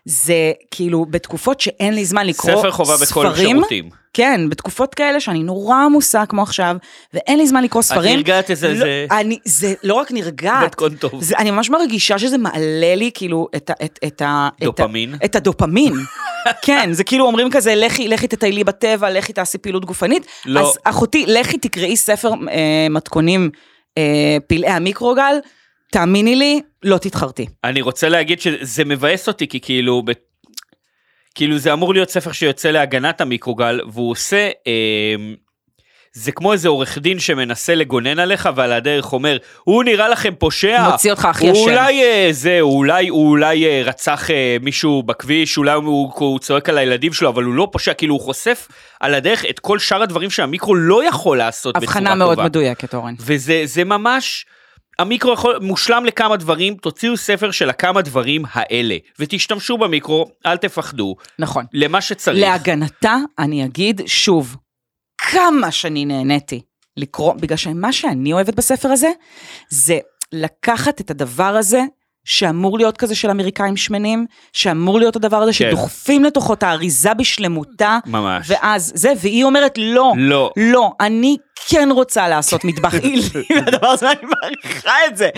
S2: זה כאילו בתקופות שאין לי זמן לקרוא ספרים.
S1: ספר חובה בכל השירותים.
S2: כן, בתקופות כאלה שאני נורא עמוסה כמו עכשיו, ואין לי זמן לקרוא ספרים.
S1: נרגעת איזה-
S2: לא,
S1: איזה-
S2: אני, זה לא רק נרגעת.
S1: מתכון טוב.
S2: זה, אני ממש מרגישה שזה מעלה לי כאילו את, ה- את, את, ה- את,
S1: דופמין.
S2: את, את הדופמין. כן, זה כאילו אומרים כזה, לכי, לכי תטיילי בטבע, לכי תעשי פעילות גופנית.
S1: לא.
S2: אז אחותי, לכי תקראי ספר אה, מתכונים אה, פלאי המיקרוגל, תאמיני לי, לא תתחרתי.
S1: אני רוצה להגיד שזה מבאס אותי, כי כאילו, ב... כאילו זה אמור להיות ספר שיוצא להגנת המיקרוגל, והוא עושה, אה, זה כמו איזה עורך דין שמנסה לגונן עליך, ועל הדרך אומר, הוא נראה לכם פושע.
S2: מוציא אותך הכי
S1: הוא
S2: אשם."
S1: אה, אולי אה, זה, הוא אולי, הוא אולי אה, רצח אה, מישהו בכביש, אולי הוא, הוא צועק על הילדים שלו, אבל הוא לא פושע, כאילו הוא חושף על הדרך את כל שאר הדברים שהמיקרו לא יכול לעשות בצורה טובה.
S2: הבחנה מאוד מדויקת, אורן.
S1: וזה זה ממש, המיקרו יכול, מושלם לכמה דברים, תוציאו ספר של הכמה דברים האלה, ותשתמשו במיקרו, אל תפחדו,
S2: נכון.
S1: למה שצריך.
S2: להגנתה, אני אגיד שוב, כמה שאני נהניתי לקרוא, בגלל שמה שאני אוהבת בספר הזה, זה לקחת את הדבר הזה, שאמור להיות כזה של אמריקאים שמנים, שאמור להיות הדבר הזה
S1: כן.
S2: שדוחפים לתוכו את האריזה בשלמותה,
S1: ממש.
S2: ואז זה, והיא אומרת לא.
S1: לא.
S2: לא, אני כן רוצה לעשות מטבח עילי, [laughs] והדבר הזה, אני מעריכה את זה.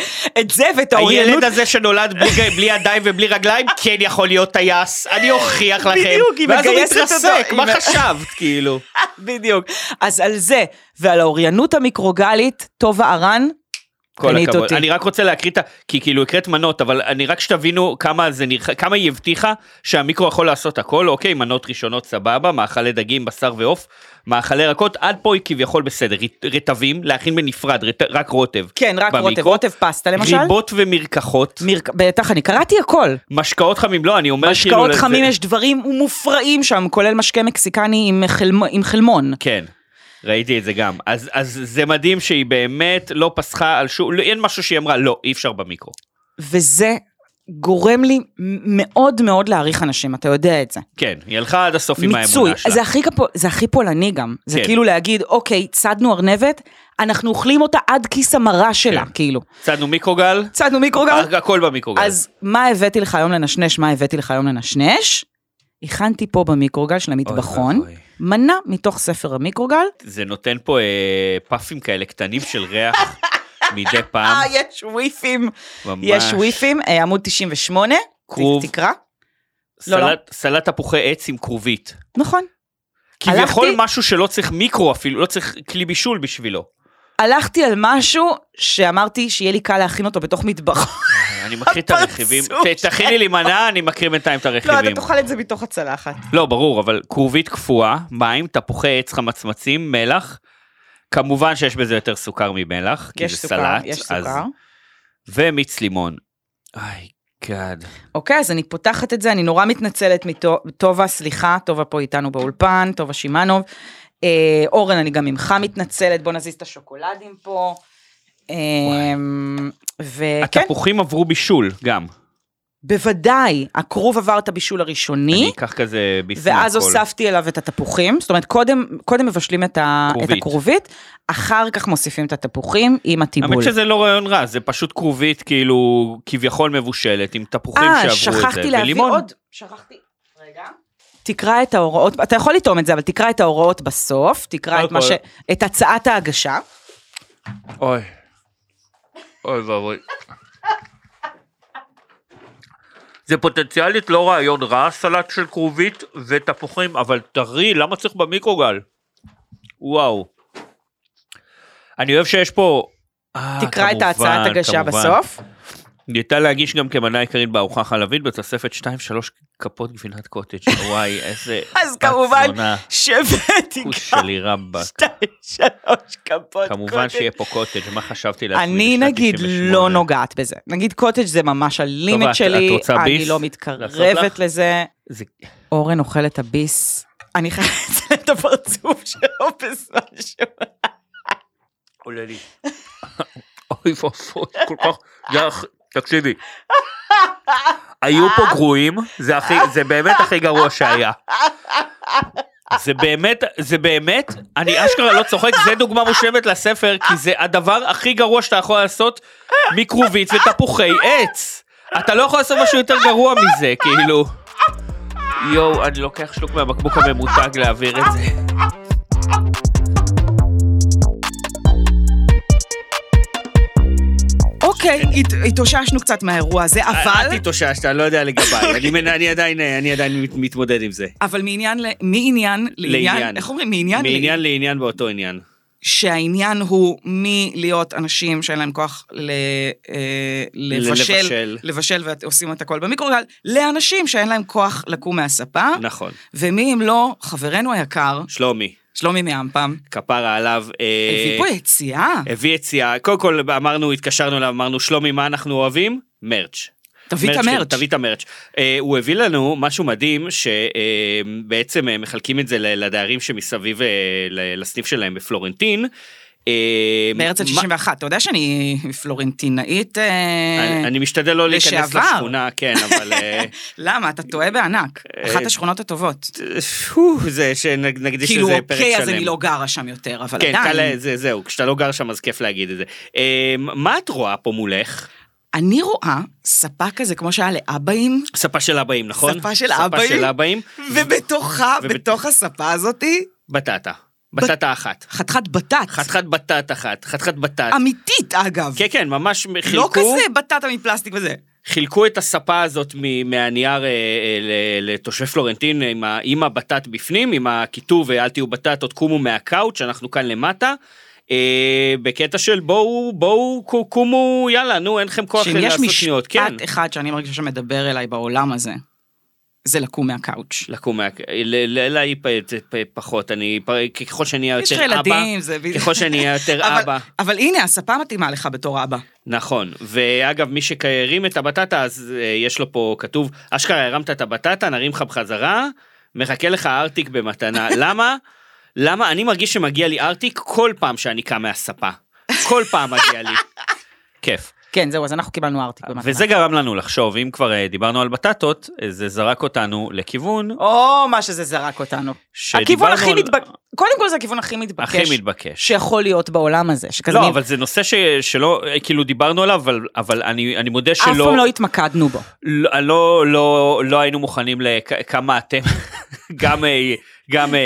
S2: את זה ואת האוריינות
S1: הילד הזה שנולד בלי, בלי ידיים ובלי רגליים, כן יכול להיות טייס, אני אוכיח לכם.
S2: בדיוק, היא
S1: ואז הוא
S2: מגייסת אותו,
S1: מתרסק,
S2: היא
S1: מה
S2: מ- [laughs]
S1: חשבת, כאילו?
S2: בדיוק. אז על זה ועל האוריינות המיקרוגלית, טובה ארן,
S1: כל
S2: קנית
S1: הכבוד.
S2: אותי.
S1: אני רק רוצה להקריא את ה... כי כאילו הקראת מנות, אבל אני רק שתבינו כמה זה נראה, כמה היא הבטיחה שהמיקרו יכול לעשות הכל, אוקיי, מנות ראשונות סבבה, מאכלי דגים, בשר ועוף, מאכלי ירקות, עד פה היא כביכול בסדר. רט- רטבים, להכין בנפרד, רט- רק רוטב.
S2: כן, רק רוטב,
S1: במיקרו.
S2: רוטב פסטה למשל.
S1: ריבות ומרקחות,
S2: מרק... בטח, אני קראתי הכל.
S1: משקאות חמים, לא, אני אומר כאילו...
S2: השקעות
S1: לזה-
S2: חמים, יש דברים מופרעים שם, כולל משקה מקסיקני עם, חלמ... עם חלמון.
S1: כן. ראיתי את זה גם, אז, אז זה מדהים שהיא באמת לא פסחה על שום, לא, אין משהו שהיא אמרה, לא, אי אפשר במיקרו.
S2: וזה גורם לי מאוד מאוד להעריך אנשים, אתה יודע את זה.
S1: כן, היא הלכה עד הסוף עם
S2: מיצוי,
S1: האמונה שלה.
S2: זה הכי, כפו, זה הכי פולני גם. זה
S1: כן.
S2: כאילו להגיד, אוקיי, צדנו ארנבת, אנחנו אוכלים אותה עד כיס המרה שלה,
S1: כן.
S2: כאילו.
S1: צדנו מיקרוגל,
S2: צדנו מיקרוגל,
S1: הק- הכל במיקרוגל.
S2: אוקיי. אז מה הבאתי לך היום לנשנש? מה הבאתי לך היום לנשנש? הכנתי פה במיקרוגל של המטבחון,
S1: ואבוי.
S2: מנה מתוך ספר המיקרוגל.
S1: זה נותן פה אה, פאפים כאלה קטנים של
S2: [laughs]
S1: ריח מדי פעם.
S2: אה, יש וויפים.
S1: ממש.
S2: יש וויפים, אה, עמוד 98, ת-
S1: כרוב.
S2: תקרא. לא, לא.
S1: סלט, סלט תפוחי עץ עם כרובית.
S2: נכון.
S1: כביכול
S2: הלכתי-
S1: משהו שלא צריך מיקרו אפילו, לא צריך כלי בישול בשבילו.
S2: הלכתי על משהו שאמרתי שיהיה לי קל להכין אותו
S1: [laughs]
S2: בתוך מטבח.
S1: אני מקריא את הרכיבים.
S2: הפרצוף
S1: ת- תכיני לי מנה, אני מקריא בינתיים את
S2: לא, אתה
S1: הרכיבים.
S2: תאכל את זה מתוך הצלחת.
S1: לא, ברור, אבל כרובית קפואה, מים, תפוחי עץ חמצמצים, מלח. כמובן שיש בזה יותר סוכר ממלח, כי
S2: יש
S1: זה
S2: סוכר,
S1: סלט.
S2: יש
S1: אז-
S2: סוכר.
S1: ומיץ לימון. איי, גאד.
S2: אוקיי, אז אני פותחת את זה, אני נורא מתנצלת מטובה, סליחה, טובה פה איתנו באולפן, טובה שמאנוב. אה, אורן, אני גם ממך מתנצלת, בוא נזיז את השוקולדים פה. אה, וכן,
S1: התפוחים עברו בישול גם.
S2: בוודאי, הכרוב עבר את הבישול
S1: אני
S2: הראשוני,
S1: אקח כזה ביסמק.
S2: ואז הוספתי אליו את התפוחים, זאת אומרת, קודם, קודם מבשלים את, ה, את
S1: כרובית.
S2: הכרובית, אחר כך מוסיפים את התפוחים עם
S1: האמת
S2: הטיבול.
S1: שזה לא רעיון רע, זה פשוט כרובית כאילו כביכול מבושלת עם תפוחים
S2: אה,
S1: שעברו את זה,
S2: שכחתי להביא
S1: ולימון.
S2: עוד, שכחתי, רגע. תקרא את ההוראות, אתה יכול לטעום את זה, אבל תקרא את ההוראות בסוף, תקרא את מה ש...
S1: אוקיי.
S2: את הצעת ההגשה.
S1: אה, אוי. אוי ואבוי. זה פוטנציאלית לא רעיון רע, סלט של כרובית ותפוחים, אבל טרי, למה צריך במיקרוגל? וואו. אני אוהב שיש פה... אה,
S2: תקרא את
S1: כמובן,
S2: ההצעת הגשה
S1: כמובן.
S2: בסוף.
S1: ניתן להגיש גם כמנה עיקרית בארוחה חלבית בתוספת 2-3 כפות גבינת קוטג', וואי, איזה...
S2: [laughs] אז כמובן, [laughs]
S1: פצלונה.
S2: שבתי
S1: כוס
S2: גם
S1: שלי רמב"ק.
S2: שתיים, שלוש כפות
S1: כמובן
S2: קוטג'.
S1: שיהיה פה קוטג', מה חשבתי לעצמי?
S2: אני
S1: בשנת
S2: נגיד
S1: 98?
S2: לא נוגעת בזה. נגיד קוטג' זה ממש
S1: טוב, את-
S2: הלימיט
S1: את
S2: שלי,
S1: רוצה
S2: אני
S1: ביס?
S2: לא
S1: לעשות לך?
S2: מתקרבת לזה.
S1: זה-
S2: אורן אוכל את הביס. אני חייבת [laughs] לצלם את הפרצוף שלו בזמן שהוא...
S1: עולה לי. אוי ואבוי, כל כך... זה הכי- תקשיבי. היו פה גרועים, זה הכי, זה באמת הכי גרוע שהיה. זה באמת, זה באמת, אני אשכרה לא צוחק, זה דוגמה מושלמת לספר, כי זה הדבר הכי גרוע שאתה יכול לעשות מכרובית ותפוחי עץ. אתה לא יכול לעשות משהו יותר גרוע מזה, כאילו. יואו, אני לוקח שלוק מהבקבוק הממותג להעביר את זה.
S2: אוקיי, הת- התאוששנו קצת מהאירוע הזה,
S1: אה,
S2: אבל...
S5: את התאוששת, אני לא יודע לגביי. אני מנ- אני עדיין אני עדיין מת- מתמודד עם זה.
S2: אבל מעניין, ל- מעניין לעניין,
S5: לעניין.
S2: איך אומרים? מעניין,
S5: מעניין לעניין באותו עניין.
S2: שהעניין הוא מלהיות אנשים שאין להם כוח ל, אה, לבשל,
S5: לבשל.
S2: לבשל ועושים את הכל במיקרוגל, לאנשים שאין להם כוח לקום מהספה,
S5: נכון.
S2: ומי אם לא חברנו היקר,
S5: שלומי,
S2: שלומי מאמפם,
S5: כפרה עליו. אה,
S2: הביא פה יציאה,
S5: הביא יציאה. קודם כל אמרנו, התקשרנו אליו, אמרנו, שלומי, מה אנחנו אוהבים? מרץ'.
S2: תביא את המרץ'.
S5: כן, תביא את המרץ'. אה, הוא הביא לנו משהו מדהים, שבעצם אה, מחלקים את זה ל- לדיירים שמסביב אה, ל- לסניף שלהם בפלורנטין. אה,
S2: בארץ
S5: מה-
S2: ה-91, אתה יודע שאני פלורנטינאית? אה,
S5: אני אני משתדל לא להיכנס
S2: לשעבר.
S5: לשכונה, כן, אבל... אה,
S2: למה? אתה טועה בענק. אחת השכונות הטובות.
S5: פו, אה, זה שנקדיש
S2: כאילו,
S5: לזה פרק שלם.
S2: אוקיי, אז אני לא גרה שם יותר, אבל
S5: כן, קל,
S2: עדיין.
S5: זה, זהו, כשאתה לא גר שם אז כיף להגיד את זה. אה, מה את רואה פה מולך?
S2: אני רואה ספה כזה, כמו שהיה לאבאים,
S5: ספה של הבאים, נכון?
S2: ספה של הבאים?
S5: ספה של הבאים,
S2: ובתוכה,
S5: ובט-
S2: בתוך הספה הזאתי,
S5: בטטה. בטטה אחת.
S2: חתיכת בטט.
S5: חתיכת בטט אחת, חתיכת בטט.
S2: אמיתית, אגב.
S5: כן, כן, ממש חילקו.
S2: אמ- לא כזה בטטה מפלסטיק וזה.
S5: חילקו את הספה הזאת מ- מהנייר אה, אה, ל- לתושבי פלורנטין אה, עם ה- עם הבטט בפנים, עם הכיתוב אה, אל תהיו בטטות, קומו מהקאוץ', אנחנו כאן למטה. אה, בקטע של בואו, בואו, קו- קומו, יאללה, נו, אין לכם כוח
S2: שאם יש
S5: לעשות קניות, כן.
S2: משפט אחד שאני מרגישה שמדבר אליי בעולם הזה, זה לקום מהקאוץ'.
S5: לקום מה... ל- ל- אליי פ- פ- פחות, אני... פ- ככל שאני אהיה
S2: יש לך
S5: יותר אבא,
S2: ילדים, זה... בדיוק.
S5: ככל שאני אהיה יותר
S2: [laughs] אבל-
S5: אבא.
S2: אבל הנה, הספה מתאימה לך בתור אבא.
S5: נכון, ואגב מי שהרים את הבטטה אז אה, יש לו פה כתוב אשכרה הרמת את הבטטה נרים לך בחזרה מחכה לך ארטיק במתנה [laughs] למה למה אני מרגיש שמגיע לי ארטיק כל פעם שאני קם מהספה כל פעם מגיע
S1: [laughs]
S5: לי כיף
S2: כן, זהו, אז אנחנו קיבלנו ארטיק במתנה.
S1: אה, וזה גרם לנו לחשוב, אם כבר אה, דיברנו על בטטות, אה, זה זרק אותנו לכיוון
S2: או, מה שזה זרק אותנו.
S1: שדיברנו
S2: הכיוון הכי
S1: על-
S2: מתבקש, קודם כל זה הכיוון הכי מתבקש.
S1: הכי מתבקש.
S2: שיכול להיות בעולם הזה, שכזה,
S1: לא,
S2: מין-
S1: אבל זה נושא ש... שלא, אה, כאילו דיברנו עליו, אבל, אבל אני, אני מודה
S2: אף
S1: שלא,
S2: פעם לא התמקדנו בו.
S1: לא, לא, לא, לא היינו מוכנים לכמה אתם [laughs] גם, אה, גם אה,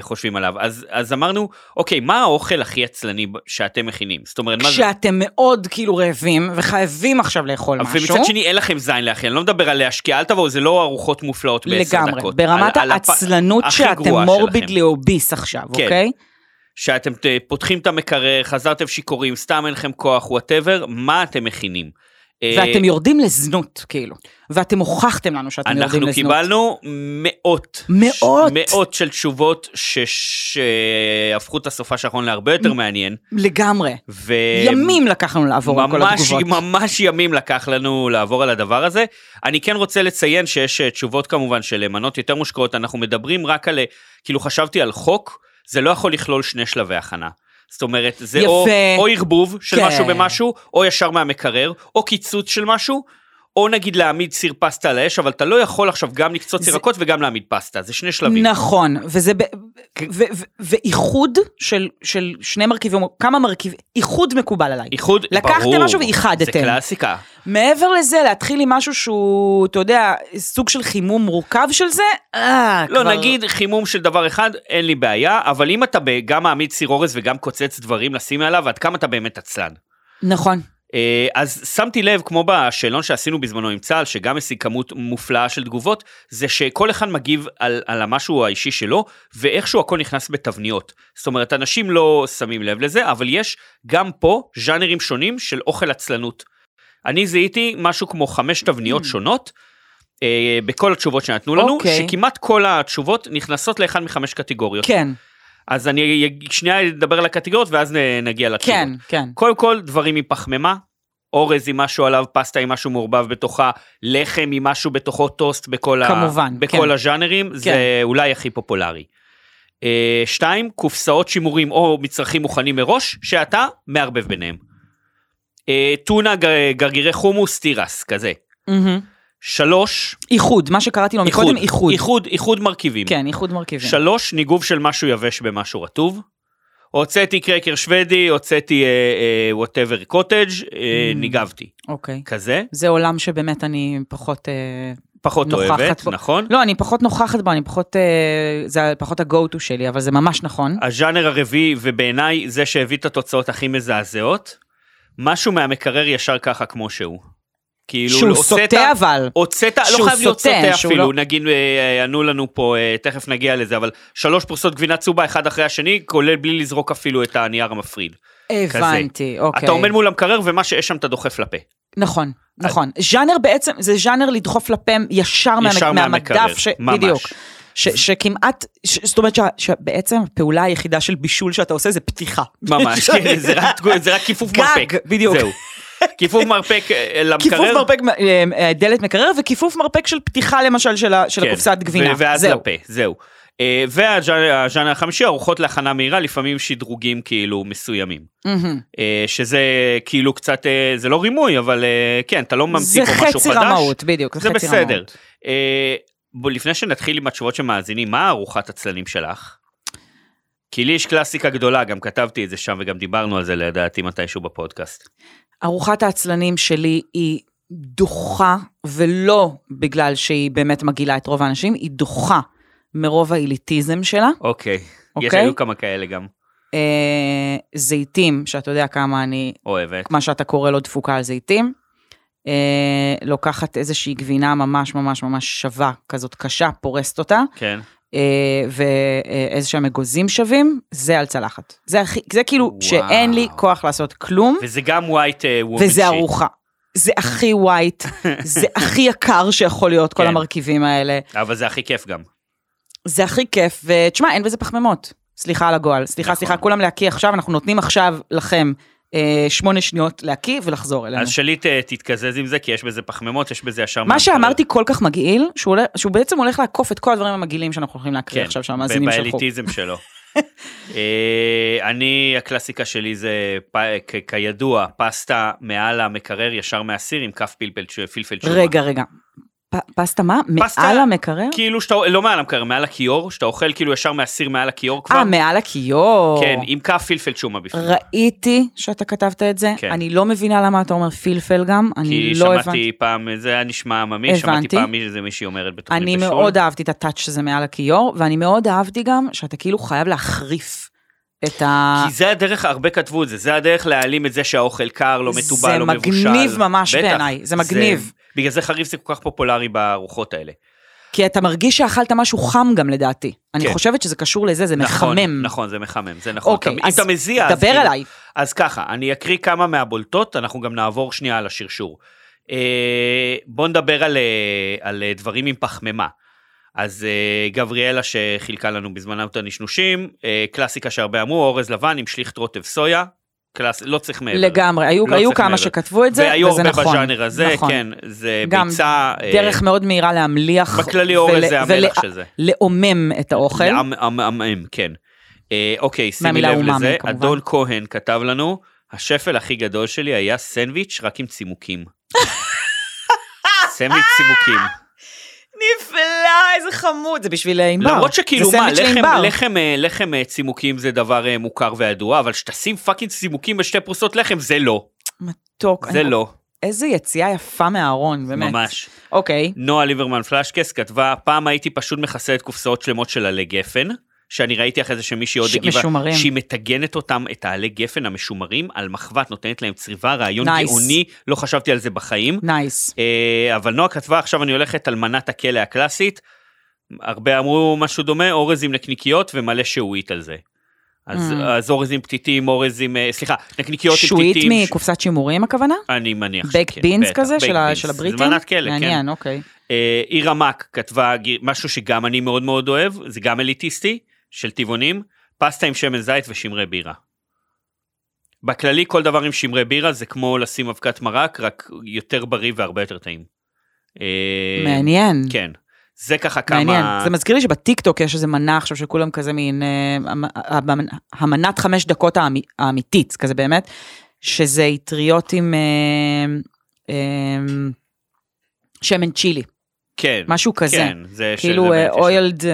S1: חושבים עליו. אז, אז אמרנו, אוקיי, מה האוכל הכי עצלני ב- שאתם מכינים? זאת אומרת, מה זה?
S2: כשאתם מאוד כאילו רעבים וחייבים עכשיו לאכול
S1: אבל
S2: משהו.
S1: ומצד שני אין לכם זין להכין, אני לא מדבר על להשקיע, אל תבואו, זה לא ארוחות מופלאות בעשר דקות.
S2: לגמרי, ברמת
S1: על- על הפ-
S2: העצלנות
S1: הכי
S2: שאתם
S1: גרועה
S2: מורביד
S1: שלכם.
S2: לאוביס עכשיו,
S1: כן.
S2: אוקיי?
S1: שאתם ת- פותחים את המקרר, חזרתם שיכורים, סתם אין לכם כוח, וואטאבר, מה אתם מכינים? אה,
S2: ואתם יורדים לזנות, כאילו. ואתם הוכחתם לנו שאתם יורדים
S1: אנחנו
S2: לזנות.
S1: קיבלנו מאות,
S2: מאות?
S1: מאות של תשובות ש- שהפכו את הסופה האחרון להרבה יותר מעניין.
S2: לגמרי.
S1: ו...
S2: ימים לקח לנו לעבור על כל
S1: אה, ממש,
S2: התגובות.
S1: ממש ימים לקח לנו לעבור על הדבר הזה. אני כן רוצה לציין שיש אה, תשובות כמובן של מנות יותר מושקעות, אנחנו מדברים רק על, אה, כאילו חשבתי על חוק, זה לא יכול לכלול שני שלבי הכנה. זאת אומרת, זה
S2: יפה.
S1: או, או ערבוב של
S2: כן.
S1: משהו במשהו, או ישר מהמקרר, או קיצוץ של משהו, או נגיד להעמיד סיר פסטה על האש, אבל אתה לא יכול עכשיו גם לקצוץ
S2: זה-
S1: ירקות וגם להעמיד פסטה, זה שני שלבים.
S2: נכון, וזה ב... ו- ו- ואיחוד של, של שני מרכיבים, או כמה מרכיבים, איחוד מקובל עליי.
S1: איחוד,
S2: לקחתם
S1: ברור,
S2: משהו ואיחדתם.
S1: זה קלאסיקה.
S2: מעבר לזה, להתחיל עם משהו שהוא, אתה יודע, סוג של חימום מורכב של זה, אה,
S1: לא,
S2: כבר...
S1: נגיד חימום של דבר אחד, אין לי בעיה, אבל אם אתה ב- גם מעמיד סיר אורז וגם קוצץ דברים לשים עליו, עד כמה אתה באמת עצלן?
S2: נכון.
S1: אה, אה, אז שמתי לב, כמו בשאלון שעשינו בזמנו עם צה"ל, שגם השיג כמות מופלאה של תגובות, זה שכל אחד מגיב על, על המשהו האישי שלו, ואיכשהו הכל נכנס בתבניות. זאת אומרת, אנשים לא שמים לב לזה, אבל יש גם פה ז'אנרים שונים של אוכל עצלנות. אני זיהיתי משהו כמו חמש תבניות שונות, אה, בכל התשובות שנתנו לנו,
S2: Mm. אוקיי.
S1: שכמעט כל התשובות נכנסות לאחד מחמש קטגוריות.
S2: כן,
S1: אז אני שנייה אדבר על הקטגוריות ואז נ- נגיע לתשובות.
S2: כן, כן.
S1: קודם כל, דברים מפחמימה, אורז עם משהו עליו, פסטה עם משהו מעורבב בתוכה, לחם עם משהו בתוכו, טוסט בכל,
S2: כמובן,
S1: ה... בכל
S2: כן.
S1: הז'אנרים, זה אולי הכי פופולרי. אה, שתיים, קופסאות שימורים או מצרכים מוכנים מראש, שאתה מערבב ביניהם. אה, טונה, גר- גרגירי חומוס, תירס, כזה.
S2: מהמם.
S1: שלוש,
S2: איחוד, מה שקראתי לו מקודם, איחוד.
S1: איחוד, איחוד מרכיבים.
S2: כן, איחוד מרכיבים.
S1: שלוש, ניגוב של משהו יבש במשהו רטוב. הוצאתי קרקר שוודי, הוצאתי אה, וואטאבר קוטג', אה,
S2: Mm.
S1: ניגבתי.
S2: אוקיי.
S1: כזה,
S2: זה עולם שבאמת אני פחות... אה,
S1: פחות
S2: נוכחת
S1: אוהבת,
S2: בו.
S1: נכון?
S2: לא, אני פחות נוכחת בו, אני פחות... אה, זה פחות ה-go-to שלי, אבל זה ממש
S1: אה,
S2: נכון.
S1: הז'אנר הרביעי, ובעיניי זה שהביא את התוצאות הכי מזעזעות, משהו מהמקרר ישר ככה כמו שהוא. כאילו,
S2: שהוא
S1: הוצאת-
S2: סוטה אבל.
S1: הוצאת, לא
S2: שהוא
S1: חייב להיות
S2: סוטה,
S1: סוטה
S2: שהוא
S1: אפילו,
S2: לא-
S1: נגיד, אה, ענו לנו פה, אה, תכף נגיע לזה, אבל שלוש פרוסות גבינה צהובה אחד אחרי השני, כולל בלי לזרוק אפילו את הנייר המפריד.
S2: הבנתי, אוקיי.
S1: אתה עומד מול המקרר ומה שיש שם אתה דוחף לפה.
S2: נכון, נכון. ז'אנר בעצם, זה ז'אנר לדחוף לפה ישר מהמק-
S1: ישר מהמקרר,
S2: לא מהמדף, ש-
S1: ממש.
S2: בדיוק. ש- שכמעט, ש- זאת אומרת שה- שבעצם הפעולה היחידה של בישול שאתה עושה [laughs] זה פתיחה.
S1: ממש, כן, זה רק- זה רק כיפוף
S2: גג,
S1: מרפק.
S2: בדיוק.
S1: זהו.
S2: [laughs]
S1: כיפוף מרפק אה, למקרר.
S2: כיפוף מרפק, אה, אה, דלת מקרר וכיפוף מרפק של פתיחה למשל של ה- של
S1: כן,
S2: הקופסת גבינה.
S1: ו- ואז
S2: זהו.
S1: לפה, זהו. אה, והז'אנר החמישי, ארוחות להכנה מהירה, לפעמים שדרוגים כאילו מסוימים.
S2: מהמם.
S1: אה, שזה כאילו קצת, אה, זה לא רימוי, אבל אה, כן, אתה לא
S2: זה
S1: ממציא פה משהו חדש.
S2: חצי רמאות, בדיוק,
S1: זה
S2: חצי
S1: בסדר.
S2: רמאות.
S1: אה, בוא, לפני שנתחיל עם התשובות של מאזינים, מה ארוחת הצללים שלך? כי לי יש קלאסיקה גדולה, גם כתבתי את זה שם וגם דיברנו על זה לדעתי מתישהו בפודקאסט.
S2: ארוחת העצלנים שלי היא דוחה, ולא בגלל שהיא באמת מגעילה את רוב האנשים, היא דוחה מרוב האליטיזם שלה.
S1: אוקיי. יש
S2: אוקיי?
S1: היו כמה כאלה גם,
S2: אה, זיתים, שאתה יודע כמה אני,
S1: אוהבת.
S2: מה שאתה קורא לו דפוקה על זיתים. אה, לוקחת איזושהי גבינה ממש ממש ממש שווה, כזאת קשה, פורסת אותה,
S1: כן.
S2: אה, ואיזה שהם אגוזים שווים, זה על צלחת. זה, הכי, זה כאילו
S1: וואו.
S2: שאין לי כוח לעשות כלום.
S1: וזה גם אה, ווייט וומן שיט.
S2: וזה ארוחה. זה הכי ווייט,
S1: [laughs]
S2: זה הכי יקר שיכול להיות, כל
S1: כן.
S2: המרכיבים האלה.
S1: אבל זה הכי כיף גם.
S2: זה הכי כיף, ותשמע, אין בזה פחמימות. סליחה על הגועל. סליחה,
S1: נכון.
S2: סליחה, כולם להקיא עכשיו, אנחנו נותנים עכשיו לכם אה, שמונה שניות להקיא ולחזור אלינו.
S1: אז שליט אה, תתקזז עם זה, כי יש בזה פחמימות, יש בזה ישר...
S2: מה
S1: מהמקרר.
S2: שאמרתי כל כך מגעיל, שהוא, הולך, שהוא בעצם הולך לעקוף את כל הדברים המגעילים שאנחנו הולכים להקריא
S1: כן,
S2: עכשיו, שהמאזינים שלחו.
S1: באליטיזם
S2: [laughs]
S1: שלו. אה, אני, הקלאסיקה שלי זה, פ- כ- כידוע, פסטה מעל המקרר, ישר מהסיר עם כף פלפל ש- פלפל שומן.
S2: רגע, רגע. פ- פסטה מה?
S1: פסטה-
S2: מעל המקרר?
S1: כאילו שאתה, לא מעל המקרר, מעל הכיור, שאתה אוכל כאילו ישר מהסיר מעל הכיור כבר.
S2: אה, מעל הכיור.
S1: כן, עם כף פלפל שומה בפנים.
S2: ראיתי שאתה כתבת את זה,
S1: כן.
S2: אני לא מבינה למה אתה אומר פלפל גם, אני
S1: כי
S2: לא הבנתי.
S1: שמעתי פעם, זה היה נשמע עממי, שמעתי
S2: הבנתי.
S1: פעם מישהו- מישהי אומרת בתוכנית
S2: אני
S1: בשול.
S2: מאוד אהבתי את הטאץ' שזה מעל הכיור, ואני מאוד אהבתי גם שאתה כאילו חייב להחריף את ה...
S1: כי זה הדרך, הרבה כתבו את זה, זה הדרך להעלים את זה שהאוכל קר, לא מטובל,
S2: זה
S1: לא מבושל.
S2: מגניב ממש
S1: בטח,
S2: בעיניי, זה מגניב.
S1: בגלל זה חריף זה כל כך פופולרי בארוחות האלה.
S2: כי אתה מרגיש שאכלת משהו חם גם לדעתי. אני
S1: כן.
S2: חושבת שזה קשור לזה, זה
S1: נכון,
S2: מחמם.
S1: נכון, זה מחמם, זה נכון.
S2: אוקיי,
S1: אתה-
S2: אז
S1: אם אתה מזיע, אז
S2: דבר
S1: כאילו-
S2: אליי.
S1: אז ככה, אני אקריא כמה מהבולטות, אנחנו גם נעבור שנייה על השרשור. אה, בואו נדבר על, אה, על אה, דברים עם פחמימה. אז אה, גבריאלה שחילקה לנו בזמנם את הנשנושים, אה, קלאסיקה שהרבה אמרו, אורז לבן עם שליך טרוטב סויה, קלאס, לא צריך מעבר.
S2: לגמרי, היו
S1: לא
S2: היו
S1: צריך
S2: כמה
S1: מעבר.
S2: שכתבו את זה,
S1: והיו
S2: וזה
S1: הרבה
S2: נכון.
S1: בז'אנר הזה,
S2: נכון.
S1: כן, זה
S2: גם
S1: ביצה. אה,
S2: דרך מאוד מהירה להמליח.
S1: בכללי אורז
S2: ול-
S1: זה המלח
S2: ול-
S1: של זה.
S2: לעומם את האוכל.
S1: לעמעמעם, כן. אה, אוקיי, שימי
S2: מהמילה
S1: לב
S2: אומאמי,
S1: לזה.
S2: כמובן.
S1: אדון כהן כתב לנו, השפל הכי גדול שלי היה סנדוויץ' רק עם צימוקים.
S2: [laughs]
S1: סנדוויץ' צימוקים.
S2: נפלא, איזה חמוד. זה בשביל ענבר.
S1: למרות שכאילו
S2: זה
S1: מה,
S2: סנדוויץ'
S1: לחם,
S2: לענבר.
S1: לחם, אה, לחם אה, צימוקים זה דבר אה, מוכר וידוע, אבל שתשים פאקינג צימוקים בשתי פרוסות לחם זה לא,
S2: מתוק.
S1: זה
S2: אני-
S1: לא,
S2: איזה יציאה יפה מהארון, אוקיי. באמת.
S1: ממש.
S2: אוקיי.
S1: נועה ליברמן פלשקס כתבה, פעם הייתי פשוט מכסה את קופסאות שלמות של עלי גפן, שאני ראיתי אחרי זה שמישהי עוד
S2: ש-
S1: הגיבה,
S2: משומרים.
S1: שהיא מטגנת אותם, את העלי גפן המשומרים, על מחבת, נותנת להם צריבה, רעיון
S2: Nice.
S1: גאוני, לא חשבתי על זה בחיים.
S2: נייס.
S1: אה, אבל נועה כתבה, עכשיו אני הולכת על מנת הכלא הקלאסית. הרבה אמרו משהו דומה, אורז עם נקניקיות ומלא שהועית על זה. אז,
S2: Mm.
S1: אז אורז עם פתיתים, אורז עם, אה, סליחה, נקניקיות עם
S2: שועית
S1: פתיתים. ש-
S2: מקופסת שימורים הכוונה?
S1: אני מניח
S2: בק
S1: שכן,
S2: בינס
S1: בטח,
S2: כזה
S1: בק
S2: של ה-
S1: בינס.
S2: של הבריטים?
S1: זה מנת כלא, כן.
S2: מעניין, אוקיי.
S1: אה, עיר המק כתבה גיר- משהו שגם אני מאוד מאוד אוהב, זה גם אליטיסטי, של טבעונים, פסטה עם שמן זית ושמרי בירה. בכללי כל דבר עם שמרי בירה זה כמו לשים אבקת מרק, רק יותר בריא והרבה יותר טעים. אה,
S2: מעניין.
S1: כן. זה ככה
S2: מעניין.
S1: כמה...
S2: זה מזכיר לי שבטיקטוק יש איזה מנה עכשיו שכולם כזה מין, אה, המ- המ- המנת חמש דקות האמי- האמיתית, כזה באמת, שזה אטריות עם אה, אה, שמן צ'ילי,
S1: כן,
S2: משהו כזה.
S1: כן, זה
S2: כאילו
S1: שזה באמת יש-
S2: אוילד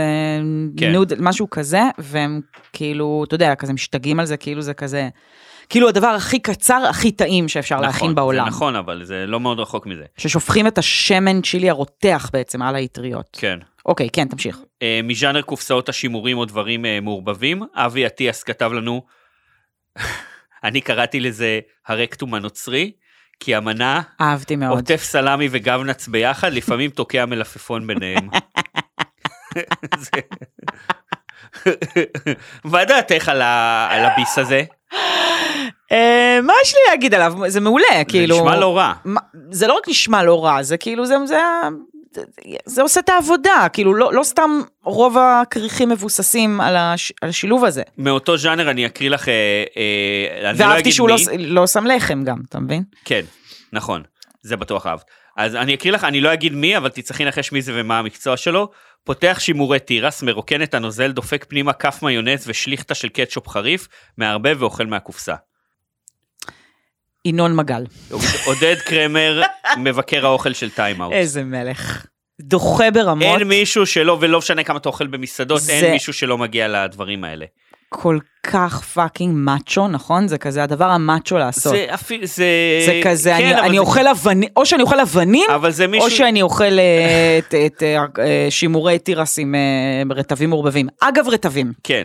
S1: כן.
S2: נוד משהו כזה והם כאילו אתה יודע כזה משתגעים על זה כאילו זה כזה כאילו הדבר הכי קצר הכי טעים שאפשר
S1: נכון,
S2: להכין
S1: זה
S2: בעולם
S1: נכון, אבל זה לא מאוד רחוק מזה.
S2: ששופכים את השמן צ'ילי הרותח בעצם על האטריות
S1: כן.
S2: אוקיי כן תמשיך
S1: אה, מז'אנר קופסאות השימורים או דברים אה, מעורבבים. אבי אטיאס כתב לנו, [laughs] אני קראתי לזה הרקטום הנוצרי, כי המנה
S2: אהבתי מאוד
S1: עוטף סלמי וגבנץ ביחד, לפעמים תוקע מלפפון ביניהם. [laughs] זה- [laughs] מה דעתך על ה- על הביס הזה?
S2: אה, מה יש לי להגיד עליו זה מעולה כאילו
S1: זה נשמע לא רע.
S2: מה- זה לא רק נשמע לא רע זה כאילו זה זה זה עושה את העבודה כאילו לא לא סתם רוב הכריכים מבוססים על הש- על השילוב הזה.
S1: מאותו ז'אנר אני אקריא לך, אה, אה, אני לא
S2: ואהבתי
S1: אגיד
S2: שהוא לא,
S1: מי.
S2: לא שם לחם גם, אתה מבין?
S1: כן, נכון, זה בטוח אהבת. אז אני אקריא לך, אני לא אגיד מי, אבל תצטרכי לנחש מי זה ומה המקצוע שלו. פותח שימורי תירס, מרוקן את הנוזל, דופק פנימה כף מיונז ושליכטה של קטשופ חריף, מערבב ואוכל מהקופסה.
S2: ינון מגל.
S1: עודד
S2: [laughs]
S1: קרמר, מבקר האוכל של טיימאוט.
S2: איזה מלך. דוחה ברמות
S1: אין מישהו שלא, ולא משנה כמה אתה אוכל במסעדות,
S2: זה-
S1: אין מישהו שלא מגיע לדברים האלה.
S2: כל כך פאקינג מאצ'ו, נכון? זה כזה הדבר המאצ'ו לעשות. זה,
S1: זה אפילו, זה...
S2: זה כזה,
S1: כן,
S2: אני,
S1: אבל
S2: אני
S1: זה-
S2: אוכל אבנים, או שאני אוכל אבנים,
S1: אבל זה
S2: או
S1: מישהו...
S2: שאני אוכל אה, את, את אה, אה, שימורי תירס עם אה, רטבים מעורבבים. אגב, רטבים.
S1: כן,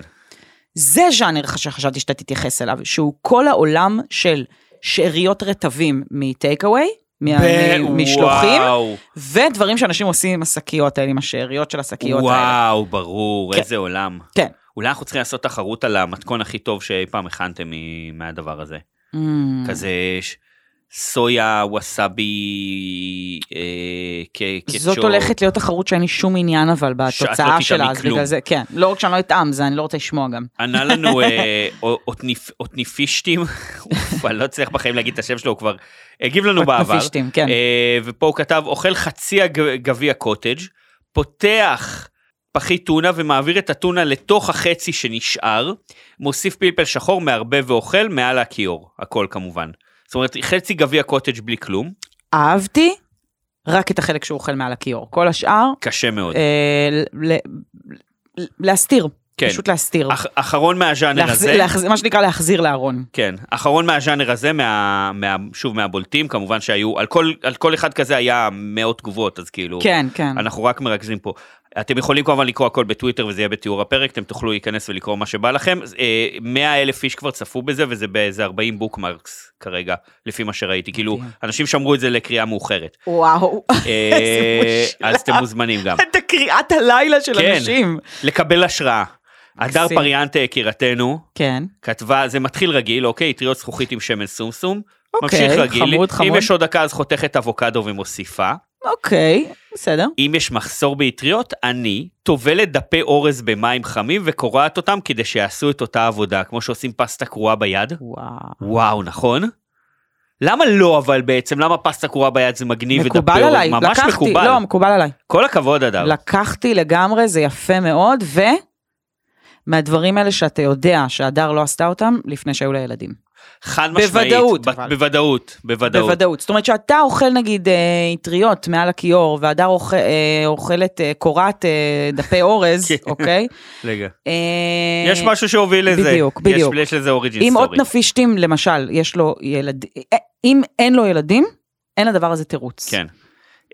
S2: זה ז'אנר שחשבתי שאתה תתייחס אליו, שהוא כל העולם של שאריות רטבים מטייק אווי,
S1: ב-
S2: ממשלוחים,
S1: וואו.
S2: ודברים שאנשים עושים עם השקיות האלה, עם השאריות של השקיות האלה.
S1: וואו, ברור,
S2: כן.
S1: איזה עולם.
S2: כן.
S1: אולי אנחנו צריכים לעשות תחרות על המתכון הכי טוב שאי פעם הכנתם מ- מהדבר הזה.
S2: Mm.
S1: כזה ש- סויה, ווסאבי, אה, ק- קטשופ.
S2: זאת הולכת להיות תחרות שאין לי שום עניין אבל
S1: שאת לא
S2: בתוצאה
S1: תטעמי
S2: שלה, אז
S1: כלום.
S2: בגלל זה, כן. לא רק שאני לא אטעם, זה אני לא רוצה לשמוע גם.
S1: ענה לנו
S2: [laughs]
S1: אה, א- אוטניפ- אוטניפישטים, [laughs] אוף, אני לא אצליח בחיים להגיד את השם שלו, הוא כבר הגיב לנו בעבר.
S2: פטנפישטים, כן.
S1: אה, ופה הוא כתב, אוכל חצי הג- גביע קוטג', פותח פחית טונה ומעביר את הטונה לתוך החצי שנשאר, מוסיף פלפל שחור, מערבב ואוכל, מעל הכיור, הכל כמובן. זאת אומרת, חצי גביע קוטג' בלי כלום,
S2: אהבתי רק את החלק שהוא אוכל מעל הכיור. כל השאר,
S1: קשה מאוד.
S2: אה, ל- ל- להסתיר.
S1: כן.
S2: פשוט לא. להסתיר.
S1: אח- אחרון מהז'אנר
S2: להחזיר-
S1: הזה,
S2: להחזיר- מה שנקרא להחזיר לארון.
S1: כן, אחרון מהז'אנר הזה, מה, מה, שוב מהבולטים, כמובן שהיו, על כל, על כל אחד כזה היה מאות תגובות, אז כאילו,
S2: כן, כן.
S1: אנחנו רק מרכזים פה. אתם יכולים כמובן לקרוא הכל בטוויטר וזה יהיה בתיאור הפרק, אתם תוכלו להיכנס ולקרוא מה שבא לכם. אה, 100 אלף איש כבר צפו בזה וזה באיזה 40 בוקמרקס כרגע, לפי מה שראיתי. כאילו,
S2: מדהים.
S1: אנשים שמרו את זה לקריאה
S2: [laughs]
S1: מאוחרת. [laughs]
S2: וואו.
S1: אה, אז אתם מוזמנים גם.
S2: את הקריאת הלילה של
S1: כן.
S2: אנשים.
S1: לקבל השראה. הדר
S2: מקסים.
S1: פריאנטה יקירתנו,
S2: כן.
S1: כתבה, זה מתחיל רגיל, אוקיי? אטריות זכוכית עם שמן סומסום.
S2: אוקיי,
S1: ממשיך רגיל.
S2: חמוד, חמוד.
S1: אם יש עוד דקה אז חותכת אבוקדו ומוסיפה.
S2: אוקיי, בסדר.
S1: אם יש מחסור באטריות, אני טובלת דפי אורז במים חמים וקורעת אותם כדי שיעשו את אותה עבודה, כמו שעושים פסטה קרועה ביד.
S2: וואו.
S1: וואו, נכון? למה לא אבל בעצם? למה פסטה קרועה ביד זה מגניב ודפי
S2: מקובל
S1: אורז?
S2: עליי,
S1: ממש
S2: לקחתי,
S1: מקובל.
S2: לא, מקובל עליי.
S1: כל הכבוד, אדם.
S2: לקחתי לגמרי, זה יפה מאוד, ו... מהדברים האלה שאתה יודע שהדר לא עשתה אותם לפני שהיו לה ילדים.
S1: חד משמעית.
S2: בוודאות,
S1: ב-
S2: אבל.
S1: בוודאות, בוודאות.
S2: בוודאות. זאת אומרת שאתה אוכל נגיד אה, אטריות מעל הכיור, והדר אוכ... אה, אוכלת אה, קורת אה, דפי אורז,
S1: [laughs] כן.
S2: אוקיי?
S1: רגע.
S2: אה,
S1: יש משהו שהוביל לזה.
S2: בדיוק,
S1: יש-
S2: בדיוק.
S1: יש לזה אוריג'ין
S2: אם
S1: סטורי.
S2: אוטנפישטים למשל, יש לו ילדים, אם אין לו ילדים, אין לדבר הזה תירוץ.
S1: כן.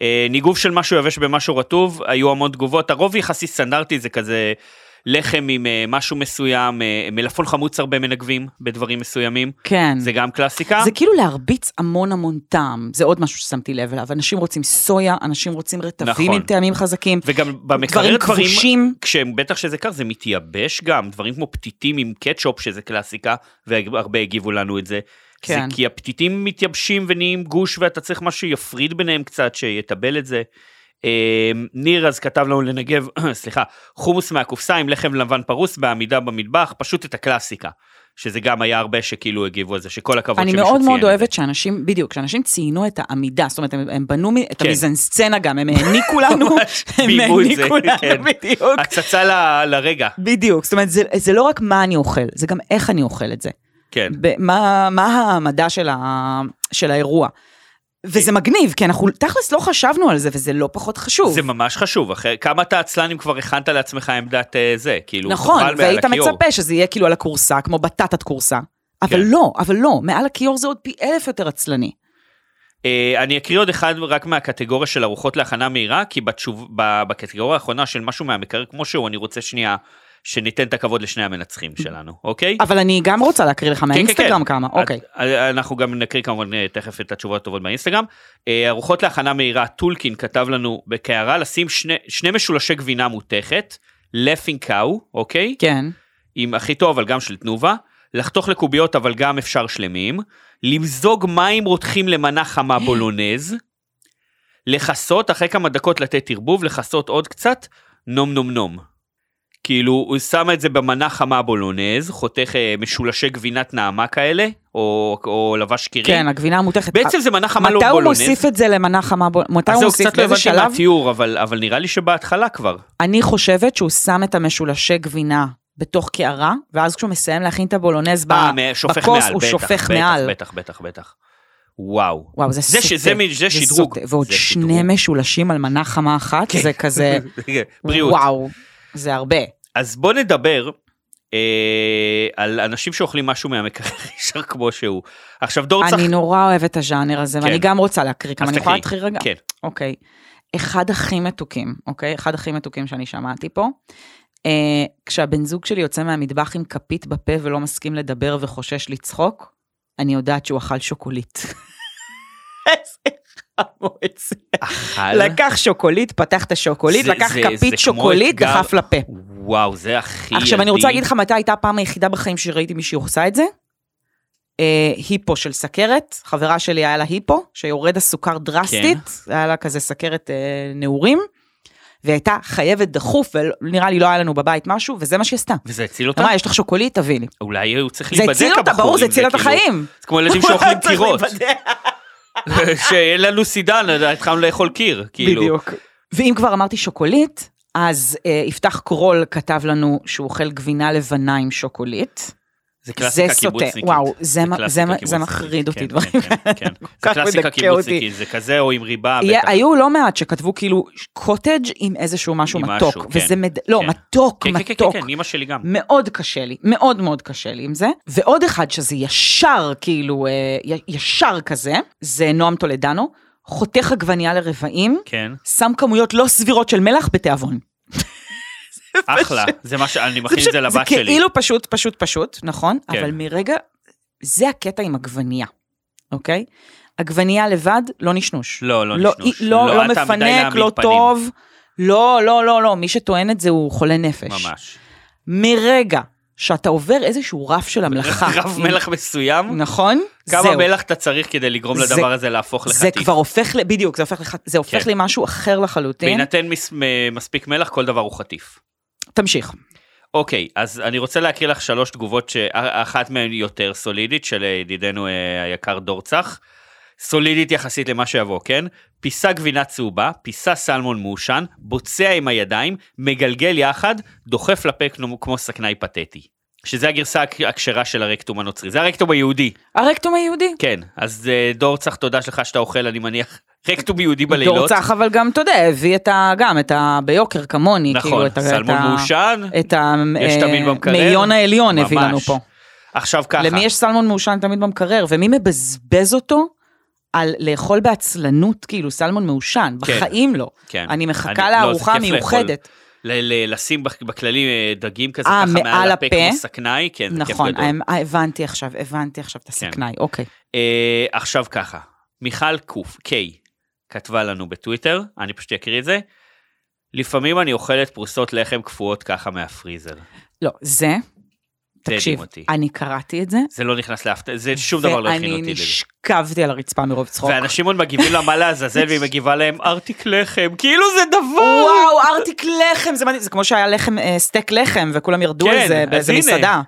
S1: אה, ניגוב של משהו יבש במשהו רטוב, היו המון תגובות, הרוב יחסית סטנדרטי, זה כזה לחם עם אה, משהו מסוים, אה, מלפון חמוץ הרבה מנגבים בדברים מסוימים,
S2: כן.
S1: זה גם קלאסיקה.
S2: זה כאילו להרביץ המון המון טעם, זה עוד משהו ששמתי לב אליו. אנשים רוצים סויה, אנשים רוצים רטבים
S1: נכון.
S2: עם טעמים חזקים.
S1: וגם במקרר
S2: דברים
S1: דברים,
S2: כבושים.
S1: כשהם בטח שזה קר זה מתייבש גם דברים כמו פתיתים עם קטשופ שזה קלאסיקה והרבה הגיבו לנו את זה. כן.
S2: כן.
S1: זה כי הפתיתים מתייבשים ונהיים גוש ואתה צריך משהו שיפריד ביניהם קצת שיתבל את זה. אה, ניר אז כתב לנו לנגב [clears throat] סליחה חומוס מהקופסה עם לחם לבן פרוס בעמידה במטבח פשוט את הקלאסיקה. שזה גם היה הרבה שכאילו הגיבו על זה שכל הכבוד
S2: אני
S1: שמישהו
S2: מאוד
S1: ציין את
S2: מאוד
S1: זה. [laughs]
S2: אוהבת שאנשים, בדיוק, שאנשים ציינו את העמידה, זאת אומרת, הם, הם בנו מ- את
S1: כן.
S2: המזנסצנה גם, הם העניקו
S1: [laughs]
S2: לנו, [laughs] הם
S1: ביימו את זה,
S2: העניקו
S1: כן.
S2: לנו, [laughs] בדיוק.
S1: הצצה ל- לרגע
S2: בדיוק, זאת אומרת, זה, זה לא רק מה אני אוכל, זה גם איך אני אוכל את זה.
S1: כן.
S2: ב- מה, מה העמדה של, ה, של האירוע. וזה מגניב, כי אנחנו תכלס לא חשבנו על זה, וזה לא פחות חשוב.
S1: זה ממש חשוב, אחרי כמה אתה עצלן אם כבר הכנת לעצמך עמדת אה, זה, כאילו,
S2: נכון,
S1: תאכל מעל
S2: והיית
S1: הכיור.
S2: מצפה שזה יהיה כאילו על הכורסה, כמו בטטת כורסה. אבל
S1: כן.
S2: לא, אבל לא, מעל הכיור זה עוד פי אלף יותר עצלני.
S1: אה, אני אקריא עוד אחד רק מהקטגוריה של ארוחות להכנה מהירה, כי בתשוב, ב, בקטגוריה האחרונה של משהו מהמקרר כמו שהוא, אני רוצה שנייה שניתן את הכבוד לשני המנצחים שלנו, אוקיי?
S2: אבל אני גם רוצה להקריא לך מהאינסטגרם כמה, אה, אוקיי.
S1: כן, את- אנחנו גם נקריא כמובן אה, תכף את התשובות הטובות באינסטגרם. אה, ארוחות להכנה מהירה, טולקין כתב לנו בקערה לשים שני, שני משולשי גבינה מותכת, לפינג קאו, אוקיי?
S2: כן.
S1: עם הכי טוב, אבל גם של תנובה, לחתוך לקוביות, אבל גם אפשר שלמים, למזוג מים רותחים למנה
S2: אה.
S1: חמה בולונז, לכסות, אחרי כמה דקות לתת ערבוב, לכסות עוד קצת, נום נום נום. כאילו, הוא שם את זה במנה חמה בולונז, חותך אה, משולשי גבינת נעמה כאלה, או, או לבש קירים.
S2: כן, הגבינה המותכת.
S1: בעצם זה מנה חמה לא
S2: מתי הוא
S1: בולונז.
S2: מוסיף את זה למנה חמה בול... מתי
S1: אז
S2: הוא
S1: זהו,
S2: מוסיף?
S1: קצת לא
S2: באיזה
S1: הבנתי
S2: שלב?
S1: מהתיאור, אבל, אבל נראה לי שבהתחלה כבר.
S2: אני חושבת שהוא שם את המשולשי גבינה בתוך קערה, ואז כשהוא מסיים להכין את הבולונז ב-
S1: אה, מ- שופך
S2: בכוס,
S1: מעל,
S2: הוא
S1: בטח,
S2: שופך
S1: בטח,
S2: מעל.
S1: בטח, בטח, בטח. וואו.
S2: וואו, זה
S1: זה
S2: סוטה.
S1: ש- זה מ- זה שדרוג.
S2: סוטה. ועוד
S1: זה
S2: שני
S1: שדרוג. כן.
S2: משולשים על מנה חמה אחת, זה כזה,
S1: [laughs] בריאות.
S2: וואו, זה הרבה.
S1: אז בוא נדבר אה, על אנשים שאוכלים משהו מהמקרר [laughs] ישר כמו שהוא. עכשיו דור צריך...
S2: אני נורא אוהבת את הז'אנר הזה,
S1: כן.
S2: ואני גם רוצה להקריא כמה,
S1: אז
S2: אני יכולה
S1: תקריאי.
S2: להתחיל רגע?
S1: כן.
S2: אוקיי. אחד הכי מתוקים, אוקיי? אחד הכי מתוקים שאני שמעתי פה. אה, כשהבן זוג שלי יוצא מהמטבח עם כפית בפה ולא מסכים לדבר וחושש לצחוק, אני יודעת שהוא אכל שוקולית. [laughs] איזה חמוץ.
S1: אכל?
S2: לקח שוקולית, פתח את השוקולית,
S1: זה-
S2: לקח
S1: זה- זה
S2: כפית
S1: כמו
S2: שוקולית,
S1: אתגר.
S2: דחף לפה.
S1: וואו, זה הכי...
S2: עכשיו, אני
S1: ילדי.
S2: רוצה להגיד לך מתי הייתה הפעם היחידה בחיים שראיתי מישהי עושה את זה. אה, היפו של סכרת, חברה שלי היה לה היפו, שיורד הסוכר דרסטית,
S1: כן.
S2: היה לה כזה סכרת אה, נעורים, והיא הייתה חייבת דחוף, ונראה לי לא היה לנו בבית משהו, וזה מה שהיא עשתה.
S1: וזה הציל אותה?
S2: אמרה, יש לך שוקולית, תביאי לי.
S1: אולי הוא צריך
S2: זה
S1: להיבדק
S2: הציל אותה,
S1: הבחור,
S2: ברור, זה
S1: אם
S2: הציל לה את
S1: כאילו-
S2: החיים.
S1: זה כמו
S2: [laughs]
S1: ילדים שאוכלים
S2: צריך
S1: קירות.
S2: להיבדק.
S1: [laughs] שאין לנו סידן, התחלנו לאכול
S2: [laughs]
S1: קיר. כאילו.
S2: בדיוק. ואם כבר אמרתי שוקולית, אז אה, יפתח קרול כתב לנו שהוא אוכל גבינה לבנה עם שוקולית.
S1: זה קלאסיקה
S2: זה סוטה,
S1: קיבוצניקית.
S2: וואו, זה מ-
S1: קלאסיקה
S2: זה מ- זה
S1: קיבוצניקית,
S2: מחריד אותי,
S1: כן,
S2: דברים
S1: כן, כן,
S2: [laughs]
S1: כן. זה
S2: כך
S1: קלאסיקה
S2: מדכא אותי.
S1: קיבוצניקית, זה כזה או עם ריבה,
S2: היה-
S1: בטח.
S2: היו לא מעט שכתבו כאילו קוטג' עם איזשהו משהו
S1: עם
S2: מתוק,
S1: משהו, כן,
S2: וזה מד... לא,
S1: כן.
S2: מתוק,
S1: כן, כן, כן,
S2: מתוק.
S1: כן, אימא שלי גם.
S2: מאוד קשה לי, מאוד מאוד קשה לי עם זה. ועוד אחד שזה ישר, כאילו, אה, י- ישר כזה, זה נועם טולדנו, חותך עגבנייה לרבעים,
S1: כן.
S2: שם כמויות לא סבירות של מלח בתיאבון.
S1: אחלה, זה מה שאני מכין את
S2: פשוט-
S1: זה לבת
S2: זה
S1: שלי.
S2: כאילו פשוט, פשוט, פשוט, נכון?
S1: כן.
S2: אבל מרגע, זה הקטע עם עגבנייה, אוקיי? עגבנייה לבד, לא נשנוש.
S1: לא, לא
S2: לא,
S1: נשנוש.
S2: לא, לא,
S1: אל תעמידי
S2: מפנק,
S1: להעמיד
S2: לא
S1: פנים.
S2: טוב. לא, לא, לא, לא, מי שטוען את זה הוא חולה נפש.
S1: ממש.
S2: מרגע שאתה עובר איזשהו רף של המלאכה.
S1: [laughs] רב מלח מסוים,
S2: נכון?
S1: כמה
S2: זהו.
S1: מלח אתה צריך כדי לגרום
S2: זה-
S1: לדבר הזה להפוך
S2: זה
S1: לחטיף.
S2: כבר הופך, ל- בדיוק, זה הופך, לח... זה הופך
S1: כן.
S2: למשהו אחר לחלוטין.
S1: בהינתן מס- מ- מספיק מלח, כל דבר הוא חטיף.
S2: תמשיך.
S1: אוקיי, אז אני רוצה להקריא לך שלוש תגובות שאחת מהן יותר סולידית, של ידידנו אה, היקר דורצח. סולידית יחסית למה שיבוא, כן? פיסה גבינה צהובה, פיסה סלמון מעושן, בוצע עם הידיים, מגלגל יחד, דוחף לפה כמו, כמו סכנאי פתטי. שזה הגרסה הכ- הכשרה של הרקטום הנוצרי, זה הרקטום היהודי,
S2: הרקטום היהודי.
S1: כן. אז אה, דורצח, תודה שלך שאתה אוכל, אני מניח, רקטום יהודי בלילות.
S2: דור צח, אבל גם, אתה יודע, הביא את ה... גם את ה... ביוקר כמוני. כאילו,
S1: נכון,
S2: את ה...
S1: סלמון
S2: את ה-
S1: מעושן,
S2: את
S1: יש תמיד במקרר.
S2: המאיון העליון אה, הביא לנו
S1: ממש.
S2: פה.
S1: עכשיו ככה.
S2: למי יש סלמון מעושן תמיד במקרר, ומי מבזבז אותו על לאכול בעצלנות, כאילו סלמון מעושן,
S1: כן.
S2: בחיים לא.
S1: כן.
S2: אני מחכה
S1: אני- לא, זה
S2: לארוחה
S1: כיף לאכול.
S2: המיוחדת.
S1: ל- ל- לשים בכ- בכללי אה, דגים כזה
S2: אה,
S1: ככה מעל
S2: מעל
S1: הפה
S2: הפה?
S1: כמו סכנאי, כן, זה כיף
S2: נכון,
S1: גדול. כן.
S2: האמ- אה, הבנתי עכשיו, הבנתי עכשיו את הסכנאי, אוקיי.
S1: אה, עכשיו ככה, מיכל קוף, קיי, כתבה לנו בטוויטר, אני פשוט אקריא את זה. לפעמים אני אוכלת פרוסות לחם קפואות ככה מהפריזר.
S2: לא, זה,
S1: תקשיב.
S2: תקשיב,
S1: אותי.
S2: אני קראתי את זה,
S1: זה לא נכנס לאף... זה שום דבר לא הכין אותי
S2: ואני
S1: לזה.
S2: נשכבתי על הרצפה מרוב צחוק.
S1: ואנשים עוד מגיבים לה מה לעזאזל והיא מגיבה להם ארטיק לחם, כאילו זה דבר!
S2: וואו, ארטיק לחם, זה מדהים, זה כמו שהיה לחם, אה, סטייק לחם, וכולם ירדו
S1: כן,
S2: על זה
S1: אז
S2: באיזה
S1: הנה.
S2: מסעדה.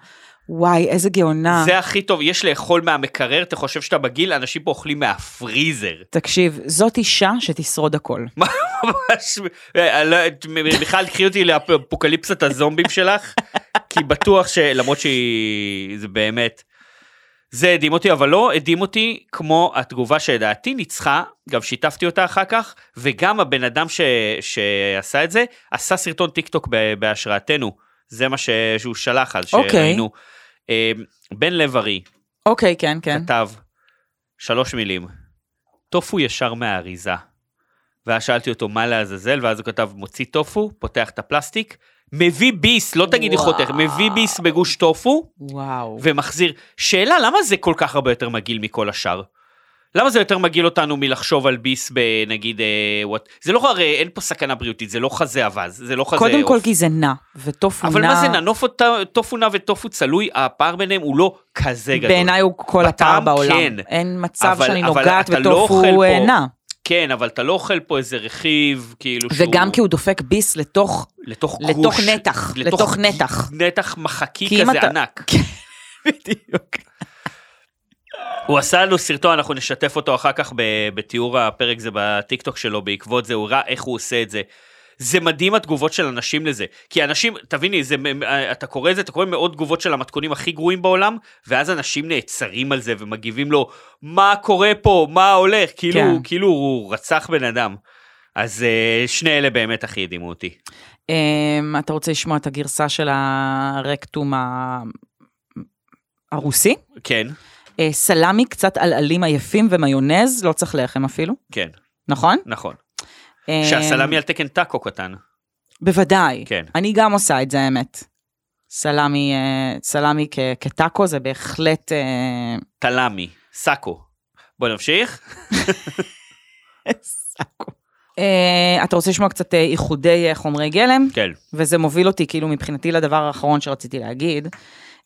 S2: וואי, איזה גאונה.
S1: זה הכי טוב, יש לאכול מהמקרר, אתה חושב שאתה בגיל, אנשים פה אוכלים מהפריזר.
S2: תקשיב, זאת אישה שתשרוד הכל.
S1: ממש, אה, לא, את- מ- מיכל קחי אותי לאפוקליפסת הזומבים שלך, כי בטוח שלמרות שהיא, זה באמת, זה הדהים אותי, אבל לא הדהים אותי כמו התגובה שלדעתי ניצחה, גם שיתפתי אותה אחר כך, וגם הבן אדם ש, שעשה את זה, עשה סרטון טיק טוק ב- בהשראתנו, זה מה ש, שהוא שלח אז,
S2: אוקיי.
S1: שראינו. אה, בן לב ארי
S2: אוקיי, כן, כן.
S1: כתב שלוש מילים, טופו ישר מהאריזה. ואז שאלתי אותו מה לעזאזל, ואז הוא כתב מוציא טופו, פותח את הפלסטיק, מביא ביס, לא תגידי
S2: וואו.
S1: חותך, מביא ביס בגוש טופו
S2: וואו.
S1: ומחזיר. שאלה, למה זה כל כך הרבה יותר מגעיל מכל השאר? למה זה יותר מגעיל אותנו מלחשוב על ביס בנגיד, אה, וואט... זה לא הרי, אין פה סכנה בריאותית, זה לא חזה אווז, זה לא חזה
S2: קודם כל
S1: עוף.
S2: כי זה נע, וטופו נע.
S1: אבל מה זה ננוף אותה, טופו נע וטופו צלוי, הפער ביניהם הוא לא כזה גדול.
S2: בעיניי הוא כל הפער
S1: בטעם,
S2: בעולם.
S1: כן.
S2: אין מצב
S1: אבל-
S2: שאני
S1: אבל
S2: נוגעת
S1: אתה לא אוכל
S2: בטופו
S1: פה.
S2: אה, נע.
S1: כן, אבל אתה לא אוכל פה איזה רכיב, כאילו שהוא...
S2: וגם כי הוא דופק ביס
S1: [laughs]
S2: לתוך...
S1: לתוך גוש.
S2: לתוך נתח, לתוך נתח.
S1: נתח מחקי
S2: כי אם
S1: כזה
S2: אתה-
S1: ענק.
S2: כן, בדיוק.
S1: אוקיי. הוא עשה לנו סרטון, אנחנו נשתף אותו אחר כך ב- בתיאור הפרק זה בטיקטוק שלו, בעקבות זה הוא ראה איך הוא עושה את זה. זה מדהים התגובות של אנשים לזה, כי אנשים, תביני, זה, מ- מ- אתה קורא את זה, אתה קורא מאות תגובות של המתכונים הכי גרועים בעולם, ואז אנשים נעצרים על זה ומגיבים לו, מה קורה פה, מה הולך, כאילו,
S2: כן.
S1: כאילו הוא רצח בן אדם. אז אה, שני אלה באמת הכי הדהימו אותי.
S2: אמ, אתה רוצה לשמוע את הגרסה של הרקטום ה- הרוסי?
S1: כן,
S2: אה, סלמי, קצת עלעלים עייפים ומיונז, לא צריך לחם אפילו,
S1: כן,
S2: נכון?
S1: נכון.
S2: אמ,
S1: שהסלמי על תקן טאקו קטן.
S2: אה, בוודאי.
S1: כן.
S2: אני גם עושה את זה, האמת. סלמי, אה, סלמי כ- כטאקו זה בהחלט... אה,
S1: תלמי, סאקו. בוא נמשיך.
S2: סאקו. אה, אתה רוצה לשמוע קצת אה, איחודי אה, חומרי גלם?
S1: כן.
S2: וזה מוביל אותי כאילו מבחינתי לדבר האחרון שרציתי להגיד.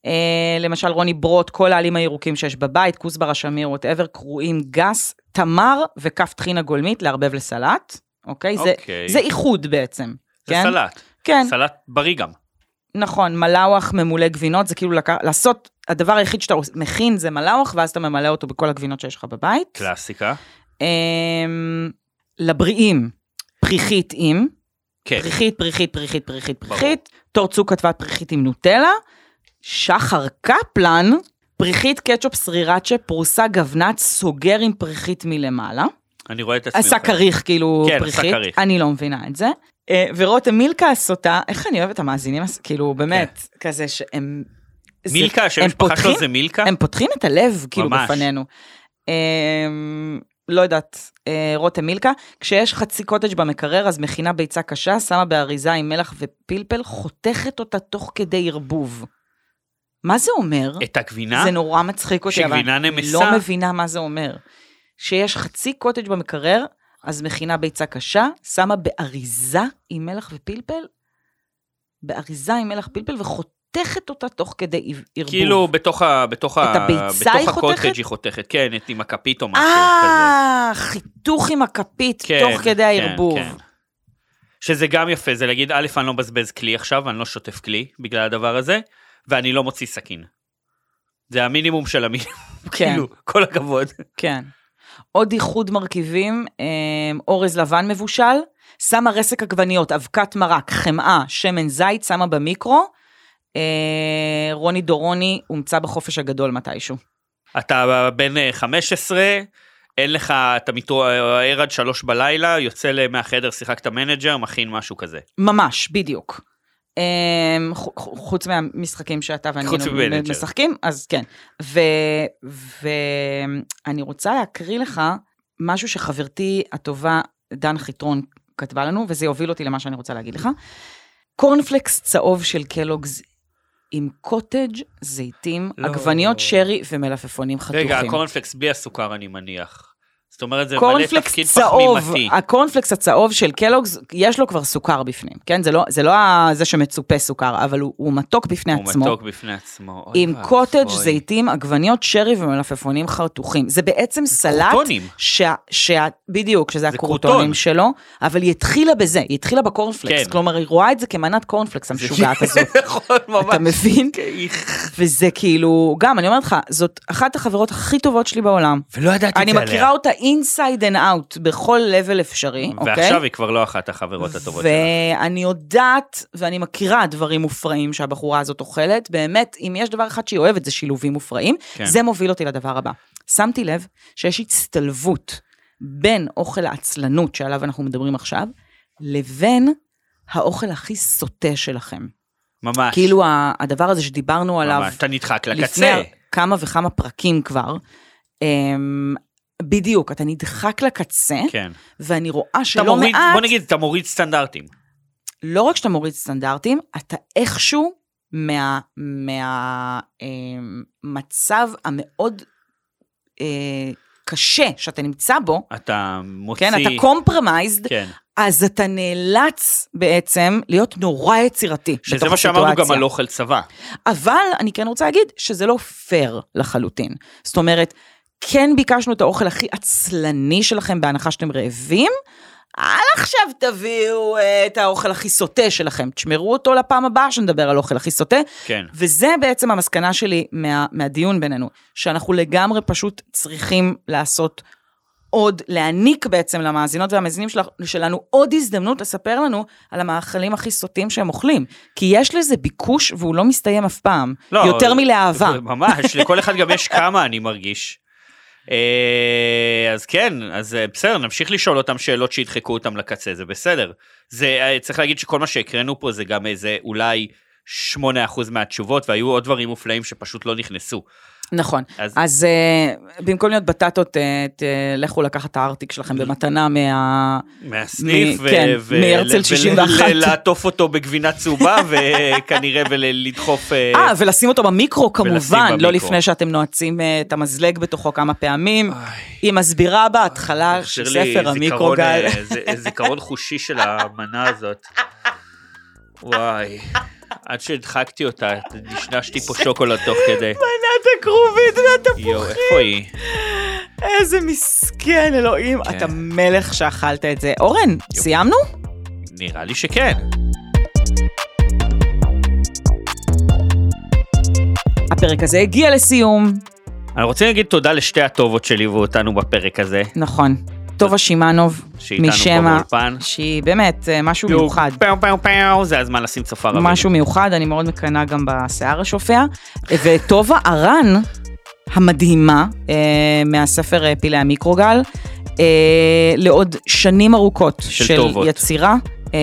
S2: אה, למשל רוני ברוט, כל העלים הירוקים שיש בבית, כוסברה שמיר, וואטאבר, קרועים גס, תמר וכף טחינה גולמית לערבב לסלט, אוקיי? זה,
S1: אוקיי.
S2: זה איחוד בעצם.
S1: זה
S2: כן?
S1: סלט.
S2: כן,
S1: סלט בריא גם.
S2: נכון, מלאווח ממולא גבינות, זה כאילו לק... לעשות, הדבר היחיד שאתה עוש- מכין זה מלאווח, ואז אתה ממלא אותו בכל הגבינות שיש לך בבית.
S1: קלאסיקה.
S2: אמ, לבריאים, פריחית עם,
S1: כן.
S2: פריחית, פריחית, פריחית, פריחית,
S1: ברור.
S2: פריחית. תור צוק כתבה פריחית עם נוטלה. שחר קפלן, פריחית קטשופ סרירצ'ה, פרוסה גבנת, סוגר עם פריחית מלמעלה.
S1: אני רואה את עצמי.
S2: עשה
S1: אוכל.
S2: כריך, כאילו,
S1: כן, עשה
S2: פריחית.
S1: כריך.
S2: אני לא מבינה את זה. אה, ורותם מילקה הסוטה, איך אני אוהבת את המאזינים, הס- כאילו, באמת, כזה שהם... זה-
S1: כן. מילקה, השם
S2: הם
S1: המשפחה שלו
S2: פותחים-
S1: זה מילקה?
S2: הם פותחים את הלב, כאילו,
S1: ממש.
S2: בפנינו. אמ, לא יודעת, אה, רותם מילקה, כשיש חצי קוטג' במקרר, אז מכינה ביצה קשה, שמה באריזה עם מלח ופלפל, חותכת אותה תוך כדי ערבוב. מה זה אומר?
S1: את הגבינה?
S2: זה נורא מצחיק אותי, אבל
S1: שגבינה
S2: אני
S1: נמסה?
S2: לא מבינה מה זה אומר. שיש חצי קוטג' במקרר, אז מכינה ביצה קשה, שמה באריזה עם מלח ופלפל, באריזה עם מלח פלפל, וחותכת אותה תוך כדי ערבוב.
S1: כאילו בתוך ה... בתוך ה...
S2: את הביצה היא
S1: בתוך הקוטג'
S2: חותכת?
S1: היא חותכת. כן, את- עם הכפית או משהו כזה.
S2: אה, חיתוך עם הכפית
S1: כן,
S2: תוך כדי
S1: כן,
S2: הערבוב.
S1: כן. שזה גם יפה, זה להגיד, א', אני לא מבזבז כלי עכשיו, אני לא שוטף כלי בגלל הדבר הזה, ואני לא מוציא סכין. זה המינימום של המינימום,
S2: כן,
S1: כאילו, כל הכבוד.
S2: כן. עוד איחוד מרכיבים, אה, אורז לבן מבושל, שמה רסק עגבניות, אבקת מרק, חמאה, שמן זית, שמה במיקרו. אה, רוני דורוני הומצא בחופש הגדול מתישהו.
S1: אתה בן אה, 15, אין לך, אתה מתעורר עד שלוש בלילה, יוצא ל- מהחדר, שיחקת מנג'ר, מכין משהו כזה.
S2: ממש, בדיוק. אה, ח- ח- חוץ מהמשחקים שאתה ואני
S1: חוץ
S2: מ-
S1: מבנג'ר.
S2: משחקים, אז כן. ואני רוצה להקריא לך משהו שחברתי הטובה דן חיטרון כתבה לנו, וזה יוביל אותי למה שאני רוצה להגיד לך. קורנפלקס צהוב של קלוגס עם קוטג', זיתים,
S1: לא.
S2: עגבניות שרי ומלפפונים חתוכים.
S1: רגע, הקורנפלקס בלי הסוכר אני מניח. זאת אומרת, זה מלא תפקיד
S2: קורנפלקס צהוב,
S1: פחמימתי.
S2: הקורנפלקס הצהוב של קלוגס, יש לו כבר סוכר בפנים, כן? זה לא, זה לא ה- זה שמצופה סוכר, אבל הוא, הוא מתוק בפני
S1: הוא
S2: עצמו.
S1: מתוק בפני עצמו. אוי
S2: עם
S1: ואבוי.
S2: קוטג',
S1: [laughs]
S2: זיתים, עגבניות שרי ומלפפונים חרטוכים. זה בעצם סלט,
S1: קרוטונים.
S2: שה, שה, בדיוק, שזה
S1: זה
S2: הקרוטונים
S1: קרוטון.
S2: שלו, אבל היא התחילה בזה, היא התחילה בקורנפלקס.
S1: כן.
S2: כלומר, היא רואה את זה כמנת
S1: [laughs]
S2: קורנפלקס המשוגעת הזאת.
S1: נכון, ממש.
S2: אתה מבין?
S1: כן, איך.
S2: וזה כאילו, גם, אני אומרת לך, זאת אחת החברות הכי טובות שלי בעולם.
S1: ולא ידעתי את
S2: אני
S1: זה עליה.
S2: מכירה אותה inside and out בכל level אפשרי, אוקיי?
S1: ועכשיו היא כבר לא אחת החברות הטובות שלה.
S2: ואני יודעת, ואני מכירה דברים מופרעים שהבחורה הזאת אוכלת, באמת, אם יש דבר אחד שהיא אוהבת זה שילובים מופרעים,
S1: כן.
S2: כן. זה מוביל אותי לדבר הבא. שמתי לב שיש הצטלבות בין אוכל העצלנות שעליו אנחנו מדברים עכשיו, לבין האוכל הכי סוטה שלכם.
S1: ממש.
S2: כאילו ה- הדבר הזה שדיברנו עליו
S1: ממש. אתה נדחק
S2: לפני
S1: לקצה.
S2: כמה וכמה פרקים כבר, אמ, בדיוק, אתה נדחק לקצה,
S1: כן.
S2: ואני רואה
S1: אתה
S2: שלא
S1: מוריד,
S2: מעט...
S1: בוא נגיד, אתה מוריד סטנדרטים.
S2: לא רק שאתה מוריד סטנדרטים, אתה איכשהו מה, מה, אה, מצב המאוד אה, קשה שאתה נמצא בו,
S1: אתה מוציא...
S2: כן, אתה קומפרמייזד,
S1: כן.
S2: אז אתה נאלץ בעצם להיות נורא יצירתי בתוך
S1: שזה מה שאמרנו גם
S2: הסיטואציה.
S1: על אוכל צבא.
S2: אבל אני כן רוצה להגיד שזה לא פייר לחלוטין. זאת אומרת, כן ביקשנו את האוכל הכי עצלני שלכם בהנחה שאתם רעבים, אל עכשיו תביאו אה, את האוכל הכי סוטה שלכם, תשמרו אותו לפעם הבאה שנדבר על אוכל הכי סוטה.
S1: כן.
S2: וזה בעצם המסקנה שלי מה, מהדיון בינינו, שאנחנו לגמרי פשוט צריכים לעשות עוד, להעניק בעצם למאזינות והמאזינים של, שלנו עוד הזדמנות לספר לנו על המאכלים הכי סוטים שהם אוכלים. כי יש לזה ביקוש והוא לא מסתיים אף פעם,
S1: לא,
S2: לא, יותר מלאהבה.
S1: [laughs] ממש, לכל אחד גם יש כמה, אני מרגיש. אה, אז כן, אז אה, בסדר, נמשיך לשאול אותם שאלות שידחקו אותם לקצה, זה בסדר. זה, אה, צריך להגיד שכל מה שהקראנו פה זה גם איזה אולי 8% מהתשובות, והיו עוד דברים מופלאים שפשוט לא נכנסו.
S2: נכון.
S1: אז-
S2: אז, אז uh, במקום להיות בטטות, uh, ת, לכו לקחת את הארטיק שלכם
S1: לא.
S2: במתנה מה...
S1: מהסניף,
S2: מ- כן, מהרצל
S1: ול-
S2: 61.
S1: ולעטוף אותו בגבינה צהובה, [laughs] וכנראה ולדחוף... אה,
S2: אה, ולשים אותו במיקרו כמובן,
S1: במיקרו.
S2: לא לפני שאתם נועצים אה, את המזלג בתוכו כמה פעמים. היא מסבירה בהתחלה
S1: החזיר
S2: של
S1: אה, לי
S2: ספר
S1: זיכרון,
S2: המיקרוגל. [laughs]
S1: אה, ז- זיכרון חושי של המנה הזאת. וואי, עד שהדחקתי אותה, נשנשתי פה שוקולד תוך כדי.
S2: מנת הכרובית
S1: יואו, איפה היא?
S2: איזה מסכן, אלוהים.
S1: כן.
S2: אתה מלך שאכלת את זה. אורן, סיימנו?
S1: נראה לי שכן.
S2: הפרק הזה הגיע לסיום.
S1: אני רוצה להגיד תודה לשתי הטובות שליוו אותנו בפרק הזה,
S2: נכון. טובה שימנוב,
S1: שאיתנו פה
S2: משמע,
S1: באולפן.
S2: שהיא באמת אה, משהו
S1: יואו,
S2: מיוחד.
S1: פאו פאו פאו, זה הזמן לשים צופר אביב.
S2: משהו מיוחד, אני מאוד מקנאה גם בשיער השופע. וטובה ארן, המדהימה, אה, מהספר אה, פילי המיקרוגל, אה, לעוד שנים ארוכות
S1: של
S2: של,
S1: טובות.
S2: יצירה, אה,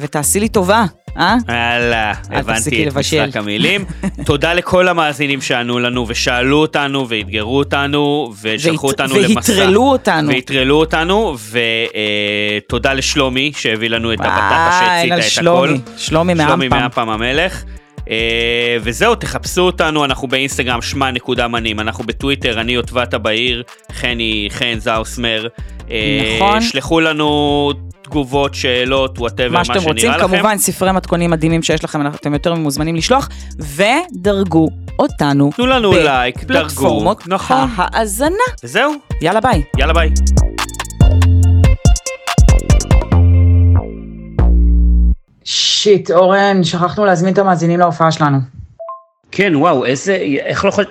S2: ותעשי לי טובה, אה?
S1: הלאה,
S2: תפסיקי
S1: הבנתי את
S2: לבשל.
S1: משחק המילים. [laughs] תודה לכל המאזינים שענו לנו, ושאלו אותנו, ואתגרו אותנו, ושלחו
S2: והת-
S1: אותנו למסע.
S2: והטרלו אותנו.
S1: והטרלו אותנו, ותודה לשלומי שהביא לנו את
S2: וואי,
S1: הבטטה שהציתה
S2: אה, על
S1: את
S2: שלומי,
S1: הכל. שלומי
S2: שלומי מאמפם.
S1: מאמפם המלך. אה, וזהו, תחפשו אותנו, אנחנו באינסטגרם שמה נקודה מנים, אנחנו בטוויטר, אני יוטבתה בעיר, חני חן זאוסמר. אה,
S2: נכון.
S1: שלחו לנו תגובות, שאלות, וואטאבר,
S2: מה
S1: מה
S2: שאתם
S1: שנראה
S2: רוצים,
S1: לכם.
S2: כמובן ספרי מתכונים מדהימים שיש לכם, אתם יותר ממוזמנים לשלוח, ודרגו אותנו
S1: תנו לנו לייק, דרגו.
S2: בפלטפורמות [laughs]
S1: נכון.
S2: ההאזנה.
S1: וזהו,
S2: יאללה ביי.
S1: יאללה ביי.
S2: שיט, אורן, שכחנו להזמין את המאזינים להופעה שלנו.
S5: כן, וואו, איזה, איך לא יכול...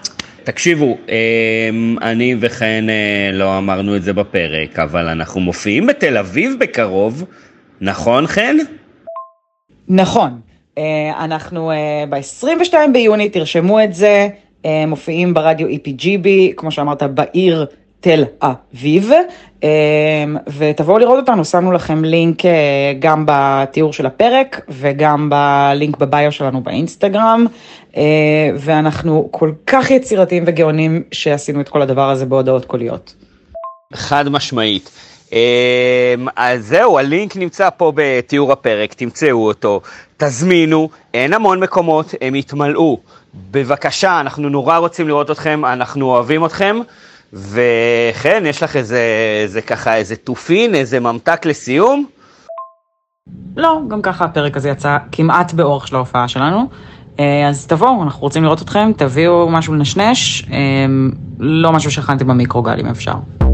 S1: תקשיבו, אמ, אני וכן אה, לא אמרנו את זה בפרק, אבל אנחנו מופיעים בתל אביב בקרוב, נכון חן?
S2: נכון. אה, אנחנו אה, ב-22 ביוני, תרשמו את זה, אה, מופיעים ברדיו EPGB, כמו שאמרת, בעיר תל אביב, אה, ותבואו לראות אותנו, שמנו לכם לינק אה, גם בתיאור של הפרק וגם בלינק בביו שלנו באינסטגרם, אה, ואנחנו כל כך יצירתיים וגאונים שעשינו את כל הדבר הזה בהודעות קוליות.
S1: חד משמעית. אמ, אז זהו, הלינק נמצא פה בתיאור הפרק, תמצאו אותו, תזמינו, אין המון מקומות, הם יתמלאו. בבקשה, אנחנו נורא רוצים לראות אתכם, אנחנו אוהבים אתכם, וכן, יש לך איזה, איזה ככה, איזה תופין, איזה ממתק לסיום?
S2: לא, גם ככה הפרק הזה יצא כמעט באורך של ההופעה שלנו. אה, אז תבואו, אנחנו רוצים לראות אתכם, תביאו משהו לנשנש, אה, לא משהו שהכנתם במיקרוגל אם אפשר.